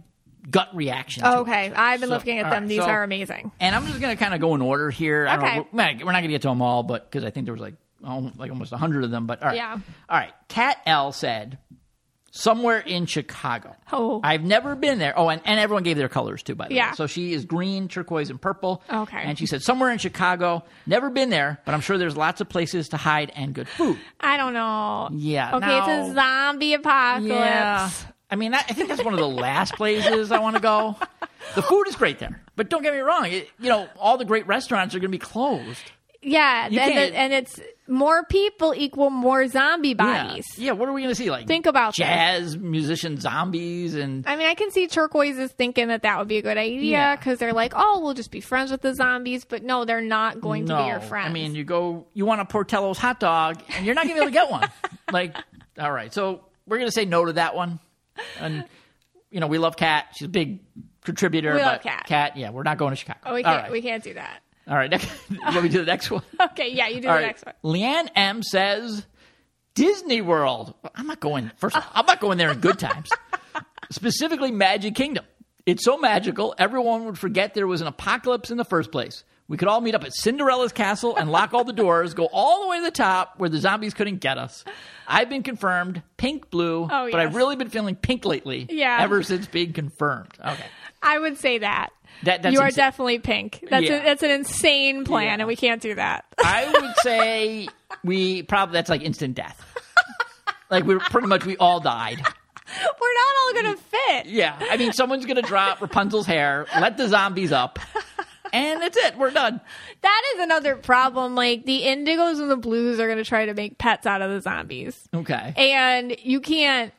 gut reaction. to it. okay, I've been So, looking at all them. right, These so- are amazing. And I'm just going to kind of go in order here. I Okay. don't know, we're not going to get to them all, but because I think there was like al- like almost hundred of them. But all right, Yeah. all right. Cat L said, somewhere in Chicago. Oh. I've never been there. Oh, and, and everyone gave their colors too, by the Yeah. way. So she is green, turquoise, and purple. Okay. And she said somewhere in Chicago. Never been there, but I'm sure there's lots of places to hide and good food. I don't know. Yeah, Okay, it's now- a zombie apocalypse. I mean, that, I think that's one of the last places I want to go. The food is great there, but don't get me wrong. It, you know, all the great restaurants are going to be closed. Yeah, and, can't- it, and it's more people equal more zombie bodies. Yeah. yeah. What are we going to see? Like Think about this. jazz musician zombies and I mean, I can see turquoises thinking that that would be a good idea Yeah. because they're like, oh, we'll just be friends with the zombies, but no, they're not going no. to be your friends. I mean, you go, you want a Portillo's hot dog, and you're not going to be able to get one. Like, all right, so we're going to say no to that one. And you know, we love Kat. She's a big contributor. We but love Kat. yeah, we're not going to Chicago. Oh, we all can't, right, we can't do that. all right. Next, let me do the next one. Okay, yeah, you do All the right. next one. Leanne M says Disney World. Well, I'm not going. First, of all, I'm not going there in good times. Specifically, Magic Kingdom. It's so magical, everyone would forget there was an apocalypse in the first place. We could all meet up at Cinderella's castle and lock all the doors, go all the way to the top where the zombies couldn't get us. I've been confirmed pink blue, Oh, but I've yes. really been feeling pink lately. Yeah. Ever since being confirmed. Okay. I would say that. That- that's you are ins- definitely pink. That's, Yeah. a, that's an insane plan, Yeah. and we can't do that. I would say we probably that's like instant death. Like we're pretty much we all died. We're not all going to fit. Yeah, I mean, someone's gonna drop Rapunzel's hair, let the zombies up, and that's it. We're done. That is another problem. Like, the indigos and the blues are going to try to make pets out of the zombies. Okay. and you can't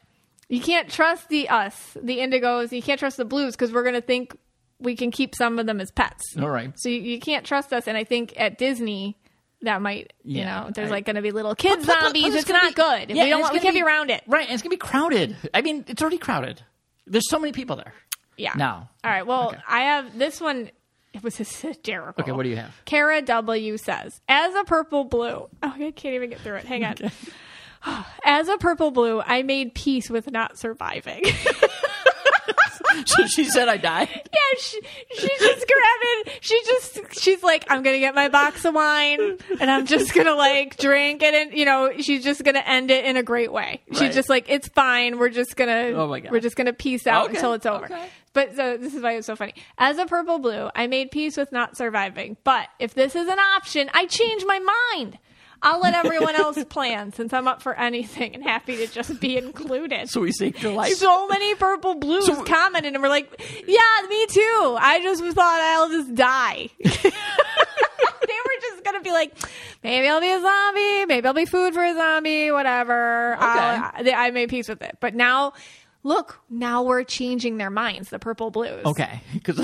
you can't trust the us the indigos you can't trust the blues because we're going to think we can keep some of them as pets All right. so you, you can't trust us and i think at disney that might you Yeah, know there's I- like going to be little kid Plus- plus zombies it's, gonna not be- good yeah, we don't and it's want, we gonna can't be around it Right, and it's gonna be crowded. I mean, it's already crowded. There's so many people there. yeah No. all right well Okay. i have this one it was hysterical Okay, what do you have? Kara W says, as a purple blue, oh, I can't even get through it. Hang on. As a purple blue, I made peace with not surviving. So she said I died. Yeah, she, she's just grabbing. She just she's like, I'm gonna get my box of wine, and I'm just gonna like drink it, and you know, she's just gonna end it in a great way. She's Right. just like, it's fine. We're just gonna, Oh my God. we're just gonna peace out Okay, until it's over. okay. But so this is why it's so funny. As a purple blue, I made peace with not surviving. But if this is an option, I change my mind. I'll let everyone else plan since I'm up for anything and happy to just be included So we saved your life. so many purple blues So- commented and were like, "Yeah, me too. I just thought I'll just die." they were just gonna be like, "Maybe I'll be a zombie. Maybe I'll be food for a zombie. Whatever." I'll- I, I made peace with it. But now, look, now we're changing their minds. The purple blues. okay. 'Cause-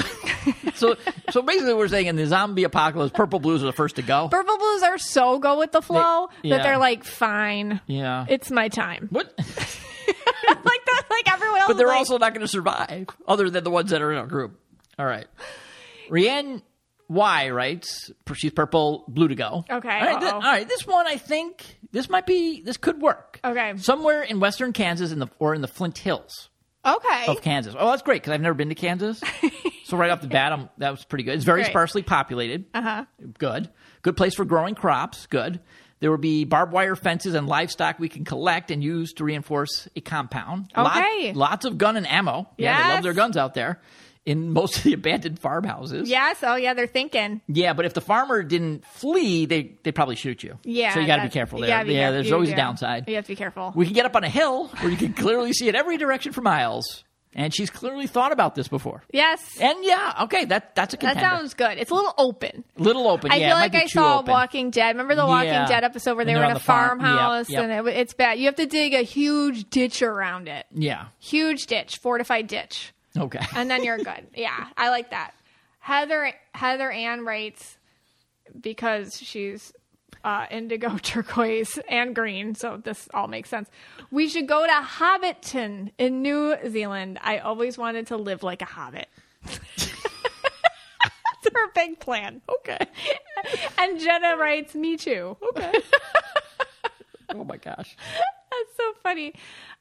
so so basically, we're saying in the zombie apocalypse, purple blues are the first to go. Purple blues are so go with the flow They- that yeah. they're like, "Fine, yeah. it's my time." what? like that, like everyone else. But is they're like, also not going to survive, other than the ones that are in our group. All right. Rianne Y writes, she's purple, blue to go. Okay, All right, thi- uh-oh. all right. This one, I think, this might be, this could work. Okay. Somewhere in western Kansas in the, or in the Flint Hills okay. of Kansas. Oh, that's great because I've never been to Kansas. so right off the bat, I'm, that was pretty good. It's very Great. Uh-huh. sparsely populated. Uh huh. Good. Good place for growing crops. Good. There will be barbed wire fences and livestock we can collect and use to reinforce a compound. Lot- Okay. lots of gun and ammo. Yeah, they Yes. love their guns out there in most of the abandoned farmhouses. Yes. Oh, yeah. They're thinking. Yeah, but if the farmer didn't flee, they they probably shoot you. Yeah. so you got to be that's- careful you there. gotta be yeah, careful. there's You always do. a downside. You have to be careful. We can get up on a hill where you can clearly see it every direction for miles. And she's clearly thought about this before. Yes. And yeah, okay, that that's a That contender. sounds good. It's a little open. little open. I yeah, feel it might like be I too saw open. Walking Dead. Remember the Walking Yeah. Dead episode where And they they're were in on a the farm. farmhouse Yep, yep. and it, wa- it's bad. You have to dig a huge ditch around it. Yeah. Huge ditch, fortified ditch. Okay. And then you're good. yeah, I like that. Heather Heather Ann writes because she's uh, indigo, turquoise, and green, so this all makes sense. We should go to Hobbiton in New Zealand. I always wanted to live like a hobbit. That's her big plan. okay. And Jenna writes, "Me too." Okay. oh my gosh. That's so funny.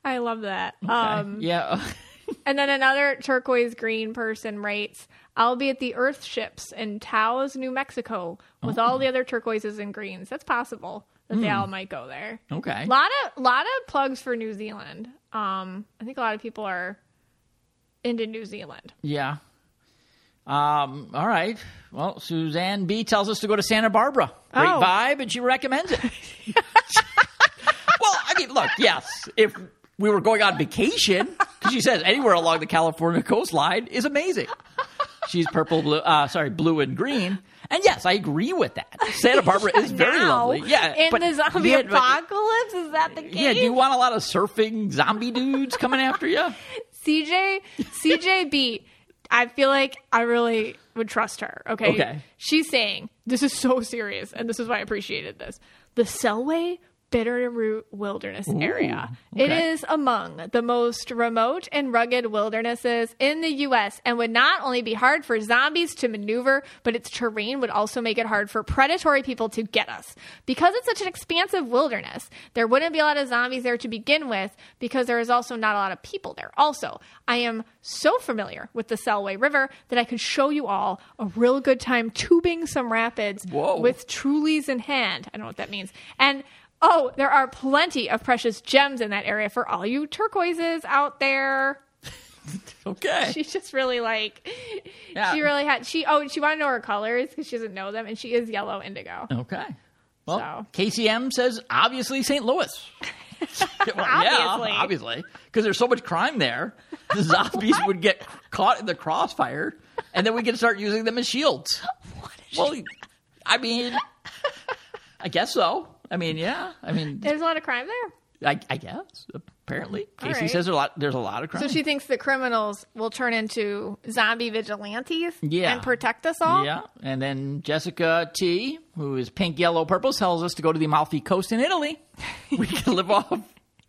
I love that. Okay. Um, yeah. And then another turquoise green person writes, I'll be at the Oh. Earth ships in Taos, New Mexico with all the other turquoises and greens. That's possible. that they all might go there. Hmm. Okay. A lot of lot of plugs for New Zealand. Um, I think a lot of people are into New Zealand. Yeah. Um, all right. Well, Suzanne B tells us to go to Santa Barbara. Great Oh. vibe, and she recommends it. well, I mean, look, yes, if we were going on vacation, because she says anywhere along the California coastline is amazing. She's purple, blue, uh, sorry, blue and green. And yes, I agree with that. Santa Barbara is very Now, lovely. Yeah, in but- the zombie yeah, but- apocalypse, is that the case? Yeah, do you want a lot of surfing zombie dudes coming after you? CJ CJB. I feel like I really would trust her. Okay. Okay. She's saying this is so serious, and this is why I appreciated this. The Selway Bitterroot Wilderness Area. It okay. is among the most remote and rugged wildernesses in the U.S. and would not only be hard for zombies to maneuver, but its terrain would also make it hard for predatory people to get us. Because it's such an expansive wilderness, there wouldn't be a lot of zombies there to begin with because there is also not a lot of people there. Also, I am so familiar with the Selway River that I could show you all a real good time tubing some rapids Whoa. with Trulies in hand. I don't know what that means. And oh, there are plenty of precious gems in that area for all you turquoises out there. Okay. She's just really like, Yeah. she really had, she, oh, she wanted to know her colors because she doesn't know them and she is yellow indigo. Okay. Well, So- KCM says obviously St. Louis. Well, Obviously. Yeah, obviously. Because there's so much crime there. The zombies would get caught in the crossfire, and then we could start using them as shields. well, I mean, I guess so. I mean, yeah. I mean, There's a lot of crime there. I, I guess. Apparently, All Casey right. says there's a lot. There's a lot of crime. So she thinks the criminals will turn into zombie vigilantes Yeah. and protect us all. Yeah. And then Jessica T, who is pink, yellow, purple, tells us to go to the Amalfi Coast in Italy. We can live off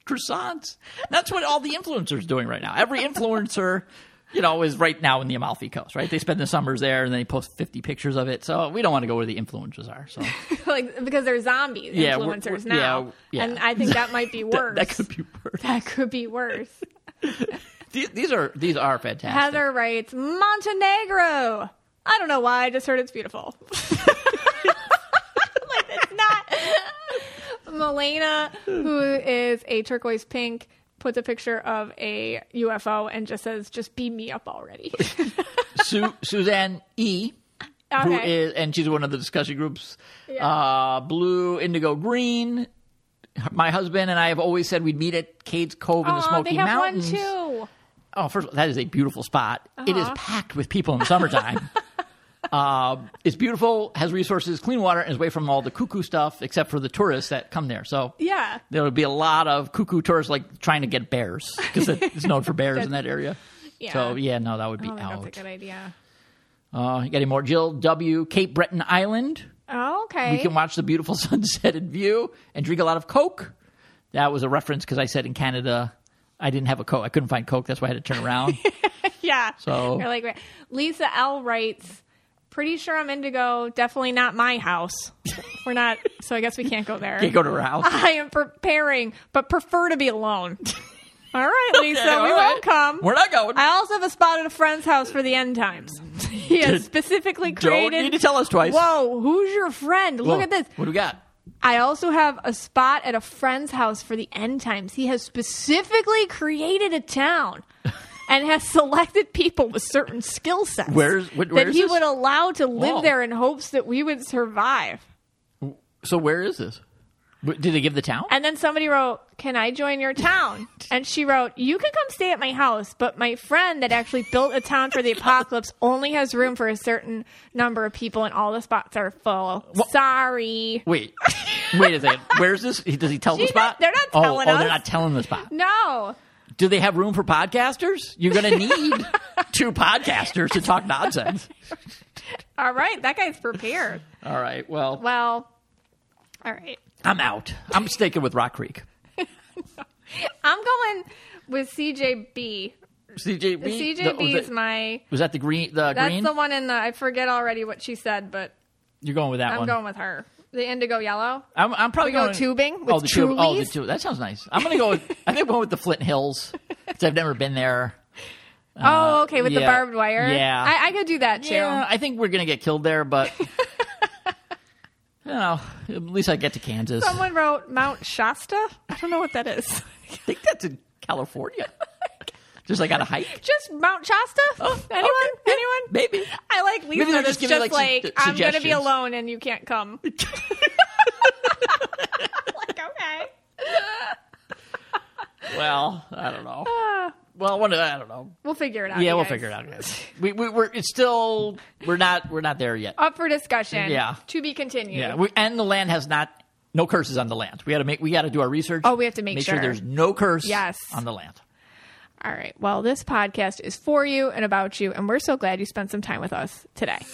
croissants. That's what all the influencers are doing right now. Every influencer, you know, is right now in the Amalfi Coast, right? They spend the summers there and they post 50 pictures of it. So we don't want to go where the influencers are. So like, because they're zombie Yeah, we're- influencers we're- now. yeah, yeah. And I think that might be that, worse. that could be worse. that could be worse. Th- These are these are fantastic. Heather writes Montenegro. I don't know why. I just heard it's beautiful. like it's not. Milena, who is a turquoise pink, puts a picture of a UFO and just says, "Just beam me up already." Su- Suzanne E, who okay. is, and she's one of the discussion groups. Yeah. Uh, blue, indigo, green. My husband and I have always said we'd meet at Cades Cove in the Aw, Smoky they have Mountains. one too. Uh-huh. Oh, first of all, that is a beautiful spot. It is packed with people in the summertime. uh, it's beautiful, has resources, clean water, and is away from all the cuckoo stuff, except for the tourists that come there. So Yeah. there will be a lot of cuckoo tourists like trying to get bears because it's known for bears in that area. Yeah. So yeah, no, that would be Oh, that's a out. good idea. Uh, you got any more? Jill W. Cape Breton Island. Oh, okay. We can watch the beautiful sunset in view and drink a lot of Coke. That was a reference because I said in Canada I didn't have a Coke. I couldn't find Coke. That's why I had to turn around. Yeah. So- You're like right. Lisa L writes, pretty sure I'm indigo, definitely not my house. We're not so I guess we can't go there. Can't go to her house. I am preparing, but prefer to be alone. all right, Lisa, Okay, all we right. won't come. We're not going. I also have a spot at a friend's house for the end times. He has specifically Don't created need to tell us twice. Whoa, who's your friend? Look Whoa, at this. What do we got? I also have a spot at a friend's house for the end times. He has specifically created a town and has selected people with certain skill sets Where's- wh- where that is he this? would allow to live Wow. there in hopes that we would survive. So where is this? W- Did they give the town? And then somebody wrote, Can I join your town? And she wrote, You can come stay at my house, but my friend that actually built a town for the apocalypse only has room for a certain number of people, and all the spots are full. Sorry. Wait, wait a second. Where's this? He- Does he tell the She's not- spot? they're not Oh, telling oh, they're us. not telling the spot. No. Do they have room for podcasters? You're going to need two podcasters to talk nonsense. All right. That guy's prepared. All right. Well, Well, all right. I'm out. I'm sticking with Rock Creek. I'm going with CJB. CJB. The the- was CJB is that- my. Was that the green? The That's green? the one in the. I forget already what she said, but You're going with that I'm one. going with her. The indigo yellow. I'm, I'm probably We go going tubing oh, with the tube. Oh, the Trulies? tube. That sounds nice. I'm gonna go. With, I think I went with the Flint Hills because I've never been there. oh, okay, with the Uh, yeah. barbed wire. Yeah. I, I could do that too. Yeah, I think we're gonna get killed there, but Well, at least I get to Kansas. Someone wrote Mount Shasta. I don't know what that is. I think that's in California. Just like on a hike. Just Mount Shasta? Anyone? Oh, okay. Yeah, Anyone? maybe. I like Lisa. they're that's just just, giving, like, like, su- I'm going to be suggestions. alone and you can't come. like, okay. Well, I don't know. well, one, I don't know. We'll figure it out. Yeah, Uh. you we'll guys. figure it out, guys. We, we we're it's still we're not we're not there yet. Up for discussion. Yeah. To be continued. Yeah, we, and the land has not no curses on the land. We got to make we got to do our research. Oh, we have to make sure. there's no curse. Yes. on the land. All right. Well, this podcast is for you and about you, and we're so glad you spent some time with us today.